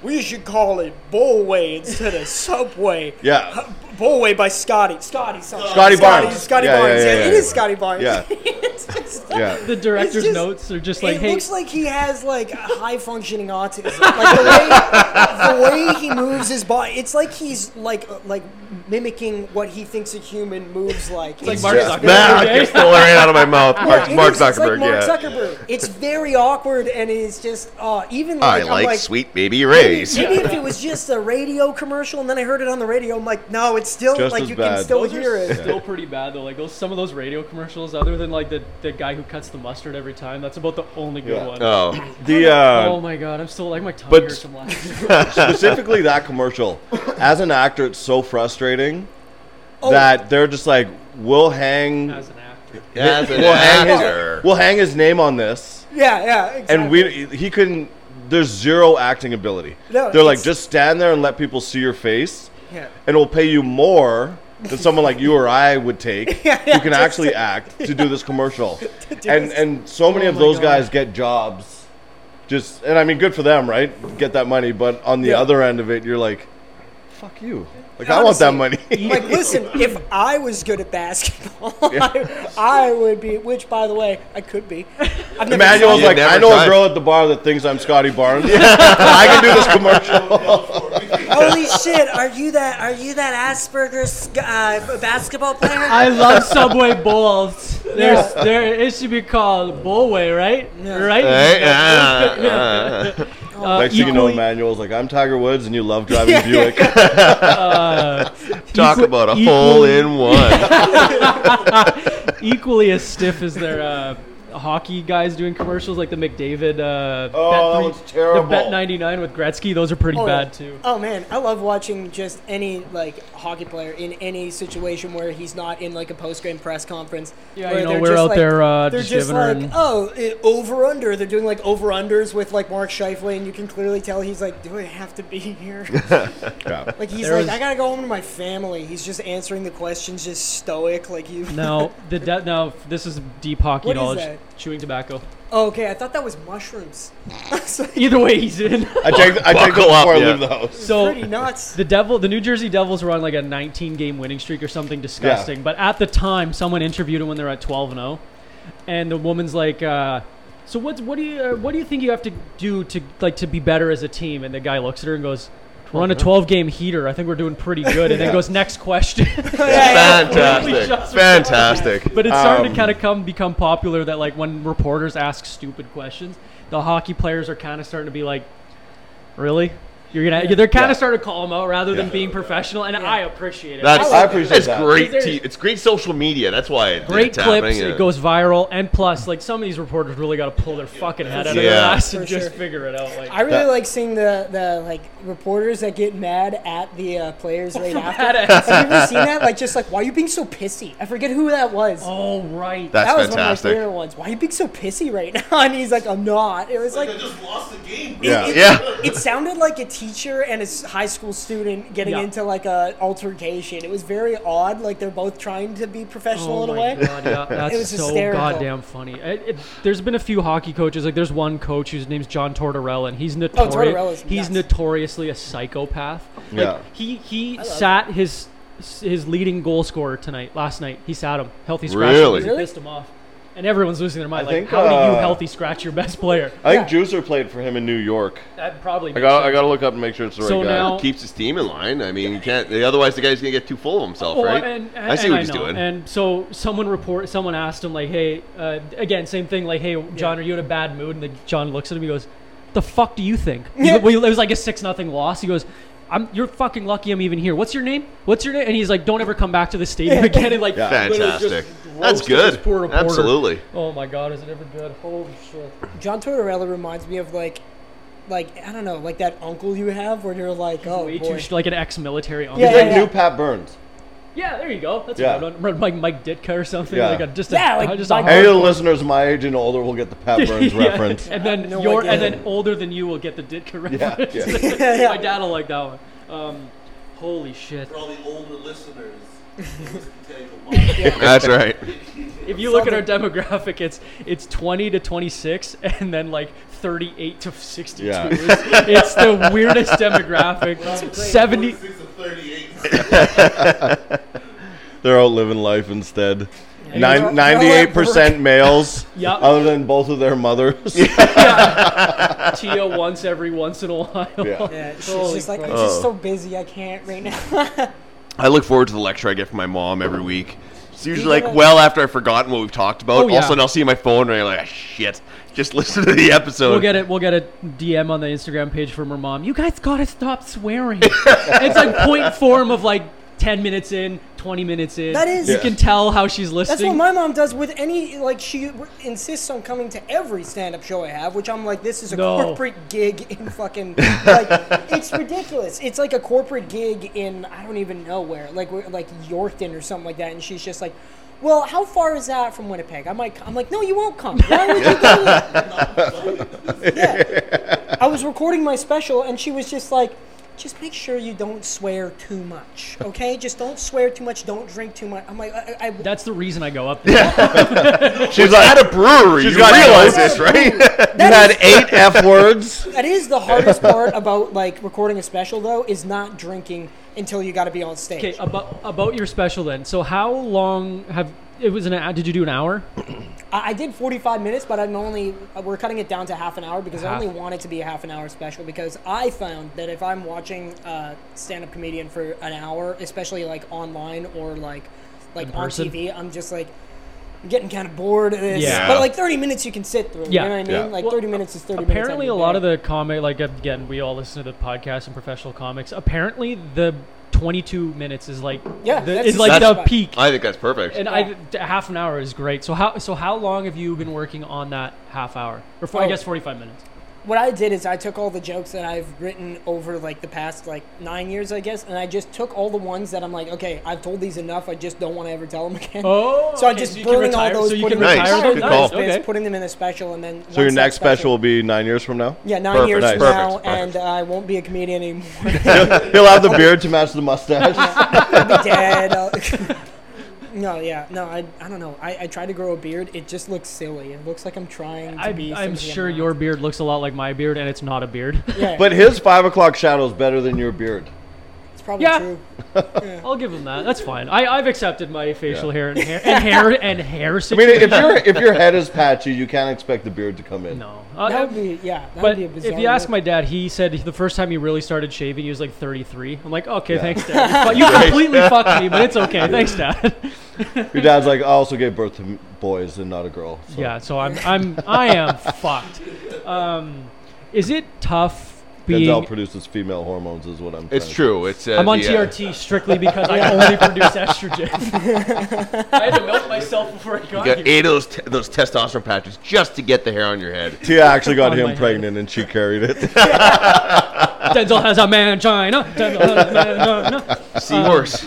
Speaker 5: we should call it Bowway instead of Subway."
Speaker 2: Yeah.
Speaker 5: Uh, Bowway by Scotty. Scotty. Something.
Speaker 2: Scotty Barnes.
Speaker 5: Scotty
Speaker 2: Yeah, yeah, yeah,
Speaker 5: Barnes.
Speaker 2: yeah,
Speaker 5: Yeah, it
Speaker 2: yeah.
Speaker 5: is Scotty Barnes.
Speaker 2: Yeah.
Speaker 5: It's just-
Speaker 2: Yeah.
Speaker 1: the director's
Speaker 5: It's just-
Speaker 1: notes are just like,
Speaker 5: it
Speaker 1: hey,
Speaker 5: looks like he has like high functioning autism. Like the way, the way he moves his body, it's like he's like uh, like mimicking what he thinks a human moves like.
Speaker 1: like
Speaker 5: It's
Speaker 1: Mark
Speaker 5: just-
Speaker 1: Zuckerberg.
Speaker 3: Nah, it
Speaker 1: okay?
Speaker 3: gets stolen right out of my mouth. Mark,
Speaker 5: Yeah, it
Speaker 3: Mark
Speaker 5: is. It's
Speaker 3: Zuckerberg,
Speaker 5: like Mark
Speaker 3: yeah.
Speaker 5: Zuckerberg. It's very awkward, and it's just uh, even
Speaker 3: I
Speaker 5: like I'm
Speaker 3: like,
Speaker 5: like,
Speaker 3: sweet baby rays.
Speaker 5: Maybe if it was just a radio commercial, and then I heard it on the radio, I'm like, no, it's still
Speaker 2: Just
Speaker 5: like
Speaker 2: as
Speaker 5: you
Speaker 2: bad.
Speaker 5: can still
Speaker 1: Those
Speaker 5: hear
Speaker 1: are
Speaker 5: it.
Speaker 1: still pretty bad though. Like those, some of those radio commercials, other than like the, the guy who cuts the mustard every time, that's about the only good
Speaker 2: Yeah.
Speaker 1: one.
Speaker 3: Oh,
Speaker 2: The uh,
Speaker 1: oh my god, I'm still like my tongue
Speaker 2: But-
Speaker 1: hurts from laughing.
Speaker 2: specifically that commercial. As an actor, it's so frustrating
Speaker 5: Oh.
Speaker 2: that they're just like, we'll hang,
Speaker 1: as an actor.
Speaker 3: as an
Speaker 2: Well, hang his-
Speaker 3: actor.
Speaker 2: we'll hang his name on this,
Speaker 5: Oh, Yeah, yeah. Exactly.
Speaker 2: and we he couldn't. There's zero acting ability.
Speaker 5: No,
Speaker 2: they're like,
Speaker 5: it's-
Speaker 2: just stand there and let people see your face,
Speaker 5: Yeah.
Speaker 2: and we'll pay you more than someone like you or I would take
Speaker 5: Yeah, yeah,
Speaker 2: who can
Speaker 5: just
Speaker 2: actually act to do this commercial. and
Speaker 5: this.
Speaker 2: and so many
Speaker 1: Oh
Speaker 2: of
Speaker 1: my
Speaker 2: those
Speaker 1: God.
Speaker 2: guys get jobs. Just and I mean, good for them, right? Get that money. But on the
Speaker 5: Yeah.
Speaker 2: other end of it, you're like, fuck you. Like I want that money.
Speaker 5: Honestly, like, listen, if I was good at basketball, I, I would be. Which, by the way, I could be. I've never
Speaker 2: Emmanuel's
Speaker 3: You
Speaker 2: like,
Speaker 3: never
Speaker 2: I know
Speaker 3: tried.
Speaker 2: a girl at the bar that thinks I'm Scotty Barnes. I can do this commercial.
Speaker 5: Holy shit! Are you that? Are you that Asperger's uh, basketball player?
Speaker 1: I love Subway bowls. There's there it should be called Bowlway, right?
Speaker 5: Yeah.
Speaker 1: Right?
Speaker 3: Hey, ah, ah, ah.
Speaker 1: Uh,
Speaker 2: Next thing you know,
Speaker 1: equally-
Speaker 2: Emmanuel's like, I'm Tiger Woods, and you love driving Buick.
Speaker 3: Talk
Speaker 1: Equi-
Speaker 3: about a
Speaker 1: equally-
Speaker 3: hole in one.
Speaker 1: equally as stiff as their uh, hockey guys doing commercials, like the McDavid. Uh,
Speaker 2: Oh,
Speaker 1: Bet
Speaker 2: that
Speaker 1: three-
Speaker 2: one's terrible.
Speaker 1: The Bet ninety nine with Gretzky. Those are pretty
Speaker 5: Oh,
Speaker 1: bad too.
Speaker 5: Oh man, I love watching just any like hockey player in any situation where he's not in like a post game press conference.
Speaker 1: Yeah,
Speaker 5: where
Speaker 1: you know,
Speaker 5: they're
Speaker 1: we're
Speaker 5: just,
Speaker 1: out
Speaker 5: like-
Speaker 1: there, uh,
Speaker 5: they're
Speaker 1: just
Speaker 5: just
Speaker 1: giving her
Speaker 5: like,
Speaker 1: an-
Speaker 5: oh, over under. They're doing like over unders with like Mark Scheifele, and you can clearly tell he's like, do I have to be here?
Speaker 2: Yeah.
Speaker 5: Like he's
Speaker 1: There
Speaker 5: like,
Speaker 1: was-
Speaker 5: I gotta go home to my family. He's just answering the questions, just stoic, like you.
Speaker 1: Now the de- now this is deep hockey
Speaker 5: What is
Speaker 1: knowledge.
Speaker 5: that?
Speaker 1: Chewing tobacco.
Speaker 5: Oh, okay, I thought that was mushrooms. I was like,
Speaker 1: Either way, he's in.
Speaker 2: I take I take this
Speaker 3: Buckle up,
Speaker 2: before I
Speaker 3: yeah.
Speaker 2: leave the house.
Speaker 1: So
Speaker 5: pretty nuts.
Speaker 1: the devil, the New Jersey Devils were on like a 19 game winning streak or something disgusting. But at the time, someone interviewed him when they're at 12 and 0, and the woman's like, uh, "So what's what do you uh, what do you think you have to do to like to be better as a team?" And the guy looks at her and goes. We're on a 12 game heater. I think we're doing pretty good. And then goes next question. Completely
Speaker 3: Fantastic.
Speaker 1: shuts her
Speaker 3: Fantastic.
Speaker 1: But it's starting
Speaker 2: Um,
Speaker 1: to kind of come become popular that like when reporters ask stupid questions, the hockey players are kind of starting to be like, "Really? You're gonna?" They're kind of starting to call them out rather than being professional, and I appreciate it.
Speaker 3: That's,
Speaker 2: I appreciate
Speaker 3: it's
Speaker 2: that.
Speaker 3: great.
Speaker 1: There's-
Speaker 3: T- it's great social media. That's why it-
Speaker 1: Great
Speaker 3: it's happening,
Speaker 1: clips,
Speaker 3: yeah.
Speaker 1: it goes viral, and plus, like some of these reporters really got to pull their fucking head out of their
Speaker 3: Yeah.
Speaker 1: ass and
Speaker 5: For
Speaker 1: just
Speaker 5: sure.
Speaker 1: figure it out. Like,
Speaker 5: I really
Speaker 2: That-
Speaker 5: like seeing the, the like reporters that get mad at the uh, players right
Speaker 1: mad
Speaker 5: after.
Speaker 1: at-
Speaker 5: Have you ever seen that? Like, just like, why are you being so pissy? I forget who that was.
Speaker 1: oh right,
Speaker 3: That's
Speaker 5: that was
Speaker 3: fantastic.
Speaker 5: one of my favorite ones. Why are you being so pissy right now? And he's like, I'm not. It was like,
Speaker 4: I just lost the game.
Speaker 2: Yeah.
Speaker 5: it,
Speaker 3: Yeah.
Speaker 5: it sounded like a teacher and a s- high school student getting
Speaker 1: Yeah.
Speaker 5: into like a altercation. It was very odd. Like they're both trying to be professional
Speaker 1: Oh
Speaker 5: in a
Speaker 1: my
Speaker 5: way.
Speaker 1: god, yeah, that's
Speaker 5: It was
Speaker 1: so
Speaker 5: hysterical.
Speaker 1: goddamn funny. It, it, there's been a few hockey coaches. Like, there's one coach whose name's John Tortorella, and he's notorious.
Speaker 5: Oh, Tortorella's
Speaker 1: he's
Speaker 5: nuts.
Speaker 1: notoriously a psychopath. Like,
Speaker 2: Yeah.
Speaker 1: He he
Speaker 5: love
Speaker 1: sat his his leading goal scorer tonight last night. He sat him healthy scratch.
Speaker 3: Really?
Speaker 1: He
Speaker 5: Really?
Speaker 1: pissed him off. and everyone's losing their mind.
Speaker 2: I
Speaker 1: like,
Speaker 2: think,
Speaker 1: how do you
Speaker 2: uh,
Speaker 1: healthy scratch your best player?
Speaker 2: I think Juicer played for him in New York.
Speaker 1: That probably.
Speaker 2: I got I got to look up and make sure it's the right
Speaker 1: So
Speaker 2: guy.
Speaker 1: now-
Speaker 3: keeps his team in line. I mean, you can't. Otherwise, the guy's gonna get too full of himself,
Speaker 1: Well,
Speaker 3: right?
Speaker 1: Oh, and-
Speaker 3: I see
Speaker 1: and
Speaker 3: what he's
Speaker 1: know.
Speaker 3: doing.
Speaker 1: And so someone report, someone asked him like, "Hey, uh, again, same thing. Like, hey, John, are you in a bad mood?" And the, John looks at him. He goes, "The fuck do you think?"
Speaker 5: Yeah.
Speaker 1: Well, it was like a six nothing loss. He goes. I'm, you're fucking lucky I'm even here. What's your name? What's your name? And he's like, don't ever come back to the stadium again. And like,
Speaker 2: Yeah.
Speaker 1: literally just
Speaker 3: Fantastic. That's
Speaker 1: roasted this
Speaker 3: good.
Speaker 1: poor reporter.
Speaker 3: Absolutely.
Speaker 1: Oh my god, is it ever good? Holy shit.
Speaker 5: John Tortorella reminds me of like, like I don't know, like that uncle you have where you're like, oh
Speaker 1: Way
Speaker 5: boy.
Speaker 1: too sh- like an ex-military. uncle.
Speaker 5: Yeah,
Speaker 2: He's like
Speaker 5: yeah.
Speaker 2: new Pat Burns.
Speaker 1: Yeah, there you go. That's
Speaker 2: Yeah.
Speaker 1: yeah. one. Run like Mike Ditka or something.
Speaker 2: Yeah.
Speaker 1: Like a, just a,
Speaker 5: Yeah, like
Speaker 1: just a
Speaker 5: Mike
Speaker 2: Any of
Speaker 1: hard-
Speaker 2: the listeners my age and older will get the Pat Burns
Speaker 1: Yeah.
Speaker 2: reference.
Speaker 1: And then
Speaker 5: No
Speaker 1: your and
Speaker 5: idea.
Speaker 1: then older than you will get the Ditka
Speaker 2: Yeah,
Speaker 1: reference.
Speaker 2: yeah.
Speaker 1: My dad'll like that one. Um, holy shit!
Speaker 4: For all the older listeners, this can tell you a lot.
Speaker 3: That's right.
Speaker 1: If you look at our demographic, it's it's twenty to twenty six, and then like thirty eight to sixty two.
Speaker 2: Yeah.
Speaker 1: It's, it's the weirdest demographic. Seventy.
Speaker 4: 46 to 38.
Speaker 2: They're out living life instead.
Speaker 5: They're all-
Speaker 2: Nine,
Speaker 5: they're all at
Speaker 2: 98% males,
Speaker 1: Yep.
Speaker 2: other than both of their mothers.
Speaker 1: Tia once every once in a while.
Speaker 2: Yeah.
Speaker 5: Yeah, she's
Speaker 1: Holy
Speaker 5: just like, I'm
Speaker 1: crap.
Speaker 5: just so busy, I can't right now.
Speaker 3: I look forward to the lecture I get from my mom every week. It's usually
Speaker 5: Yeah.
Speaker 3: like well after I've forgotten what we've talked about.
Speaker 1: Oh, yeah.
Speaker 3: All of a sudden, I'll see my phone and I'm like, ah, shit, just listen to the episode.
Speaker 1: We'll get it. We'll get a DM on the Instagram page from her mom. You guys gotta stop swearing. it's like point form of like ten minutes in, twenty minutes in.
Speaker 5: That is-
Speaker 1: You
Speaker 5: Yeah.
Speaker 1: can tell how she's listening.
Speaker 5: That's what my mom does with any like she r- insists on coming to every stand-up show I have, which I'm like, this is a
Speaker 1: No.
Speaker 5: corporate gig in fucking like it's ridiculous. It's like a corporate gig in I don't even know where, like we're, like Yorkton or something like that, and she's just like. Well, how far is that from Winnipeg? I'm like, I'm like, no, you won't come. Why would you do that? yeah. I was recording my special, and she was just like, just make sure you don't swear too much, okay? Just don't swear too much. Don't drink too much. I'm like, I, I, I-
Speaker 1: That's the reason I go up there.
Speaker 2: She's
Speaker 3: at
Speaker 2: like,
Speaker 3: a brewery.
Speaker 2: She's
Speaker 3: You
Speaker 2: got-
Speaker 3: realize this, right?
Speaker 2: you had eight F words.
Speaker 5: That is the hardest part about like recording a special though is not drinking until you got to be on stage.
Speaker 1: Okay, uh, about about your special then. So how long have it was an? hou- Did you do an hour?
Speaker 5: I, I did 45 minutes, but I'm only we're cutting it down to half an hour because I
Speaker 1: Half.
Speaker 5: only want it to be a half an hour special because I found that if I'm watching a stand-up comedian for an hour, especially like online or like like on
Speaker 1: person?
Speaker 5: TV, I'm just like. I'm getting kind of bored of this,
Speaker 1: Yeah.
Speaker 5: but like 30 minutes you can sit through.
Speaker 1: Yeah.
Speaker 5: You know what I mean?
Speaker 2: Yeah.
Speaker 5: Like
Speaker 1: Well,
Speaker 5: 30 minutes is 30 minutes.
Speaker 1: apparently a lot of the comic like again we all listen to the podcast and professional comics apparently the 22 minutes is like
Speaker 5: Yeah,
Speaker 1: the,
Speaker 5: that's
Speaker 1: is like
Speaker 5: exactly
Speaker 1: the
Speaker 5: right.
Speaker 1: peak
Speaker 3: I think that's perfect.
Speaker 1: and I d half an hour is great so how so how long have you been working on that half hour or for, i
Speaker 5: Oh.
Speaker 1: guess 45 minutes
Speaker 5: what I did is I took all the jokes that I've written over like the past like nine years, I guess, and I just took all the ones that I'm like, okay, I've told these enough. I just don't want to ever tell them again.
Speaker 1: oh
Speaker 5: so I just
Speaker 1: you can
Speaker 5: burning all
Speaker 1: retire-
Speaker 5: those,
Speaker 1: so you
Speaker 5: putting
Speaker 1: can
Speaker 5: them
Speaker 3: Nice,
Speaker 1: retire
Speaker 5: in
Speaker 1: those?
Speaker 3: good
Speaker 5: the
Speaker 3: call.
Speaker 5: bits,
Speaker 1: okay.
Speaker 5: putting them in a special, and then
Speaker 2: So your next special will be nine years from now.
Speaker 5: yeah, nine
Speaker 3: Perfect,
Speaker 5: years
Speaker 2: nice.
Speaker 5: from
Speaker 3: perfect,
Speaker 5: now,
Speaker 3: perfect.
Speaker 5: and I won't be a comedian anymore.
Speaker 2: He'll have the beard to match the mustache.
Speaker 5: I'll be dead. I'll- no, yeah, no, I, I don't know. I, I tried to grow a beard. It just looks silly. It looks like I'm trying to
Speaker 1: I,
Speaker 5: be.
Speaker 1: i'm
Speaker 5: somebody
Speaker 1: sure
Speaker 5: I'm not.
Speaker 1: your beard looks a lot like my beard and it's not a beard
Speaker 5: Yeah,
Speaker 2: but his five o'clock shadow is better than your beard.
Speaker 5: it's probably
Speaker 1: Yeah.
Speaker 5: true.
Speaker 1: i'll give him that that's fine I, i've accepted my facial hair and hair and hair and hair
Speaker 2: I mean,
Speaker 1: situation.
Speaker 2: if your if your head is patchy, you can't expect the beard to come in.
Speaker 1: no Uh,
Speaker 5: That would be yeah. That would
Speaker 1: But
Speaker 5: be a bizarre
Speaker 1: if you ask
Speaker 5: look.
Speaker 1: my dad, he said the first time he really started shaving, he was like 33. I'm like, okay, thanks, dad. But you completely fucked me, but it's okay. Thanks, dad.
Speaker 2: Your dad's like, I also gave birth to m- boys and not a girl. So.
Speaker 1: yeah, so I'm, I'm, I am fucked. Um, is it tough
Speaker 2: Denzel
Speaker 1: being?
Speaker 2: produces female hormones, is what I'm.
Speaker 3: it's
Speaker 2: trying to-
Speaker 3: true. It's uh,
Speaker 1: I'm on
Speaker 3: the, uh,
Speaker 1: TRT strictly because I only produce estrogen. I had to milk myself before I got
Speaker 3: You
Speaker 1: here.
Speaker 3: got eight of those, te- those testosterone patches just to get the hair on your head.
Speaker 2: Tia actually got
Speaker 1: On my
Speaker 2: him
Speaker 1: head.
Speaker 2: pregnant, and she carried it.
Speaker 1: Denzel has a mangina. Denzel has a mangina.
Speaker 3: Seahorse.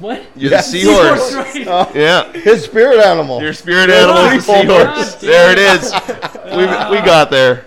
Speaker 1: What?
Speaker 3: You're
Speaker 2: Yeah.
Speaker 3: the seahorse.
Speaker 1: Right.
Speaker 3: Yeah.
Speaker 2: His spirit animal.
Speaker 3: Your spirit animal is a
Speaker 1: God
Speaker 3: seahorse.
Speaker 1: damn
Speaker 3: There it is. We, we got there.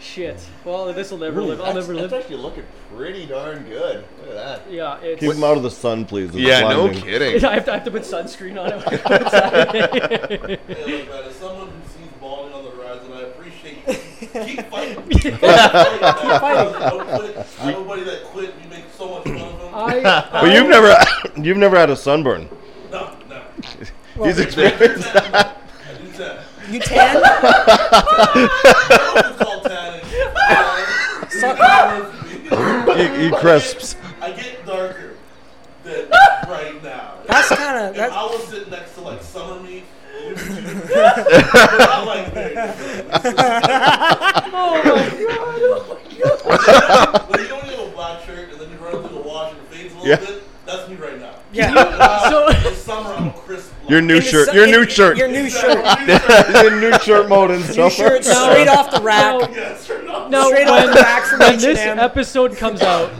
Speaker 1: Shit. Well, this will never live. I'll never live.
Speaker 3: actually looking pretty darn good. Look at that.
Speaker 1: Yeah, it's.
Speaker 2: Keep him out of the sun, please. It's
Speaker 3: Yeah, no
Speaker 2: blinding.
Speaker 3: kidding.
Speaker 1: I have, to, I have to put sunscreen on it.
Speaker 4: Yeah, look, man, as someone who sees balling on the horizon, I appreciate you. Keep fighting. Keep fighting. Don't quit. Everybody that quit, you make so much fun of them.
Speaker 1: I, uh,
Speaker 2: But you've never, you've never had a sunburn.
Speaker 4: no, no.
Speaker 3: He's experienced.
Speaker 4: I do that.
Speaker 5: You tan?
Speaker 4: I don't know if it's called tanning. Uh,
Speaker 5: Suck.
Speaker 4: I
Speaker 2: You, you crisps.
Speaker 4: get- I get darker than right now.
Speaker 5: That's kind of
Speaker 4: If I
Speaker 5: that's.
Speaker 4: was sitting next to like summer me, it would be- but I'm like this. When you don't have a black shirt and then you run through the wash and it fades a little
Speaker 2: Yeah.
Speaker 4: bit, that's me right now.
Speaker 5: Yeah.
Speaker 1: So-
Speaker 4: In summer, I'm crisp. Like,
Speaker 2: Your new
Speaker 5: In the
Speaker 2: shirt.
Speaker 5: su-
Speaker 2: Your
Speaker 5: in-
Speaker 2: new shirt.
Speaker 5: Your new shirt.
Speaker 2: He's in new shirt mode and
Speaker 5: New
Speaker 2: stuff.
Speaker 5: shirt straight off the rack.
Speaker 1: So,
Speaker 4: Yeah, straight up.
Speaker 1: now,
Speaker 5: Straight off the
Speaker 1: when,
Speaker 5: rack from
Speaker 1: when this
Speaker 5: H&M.
Speaker 1: episode comes out,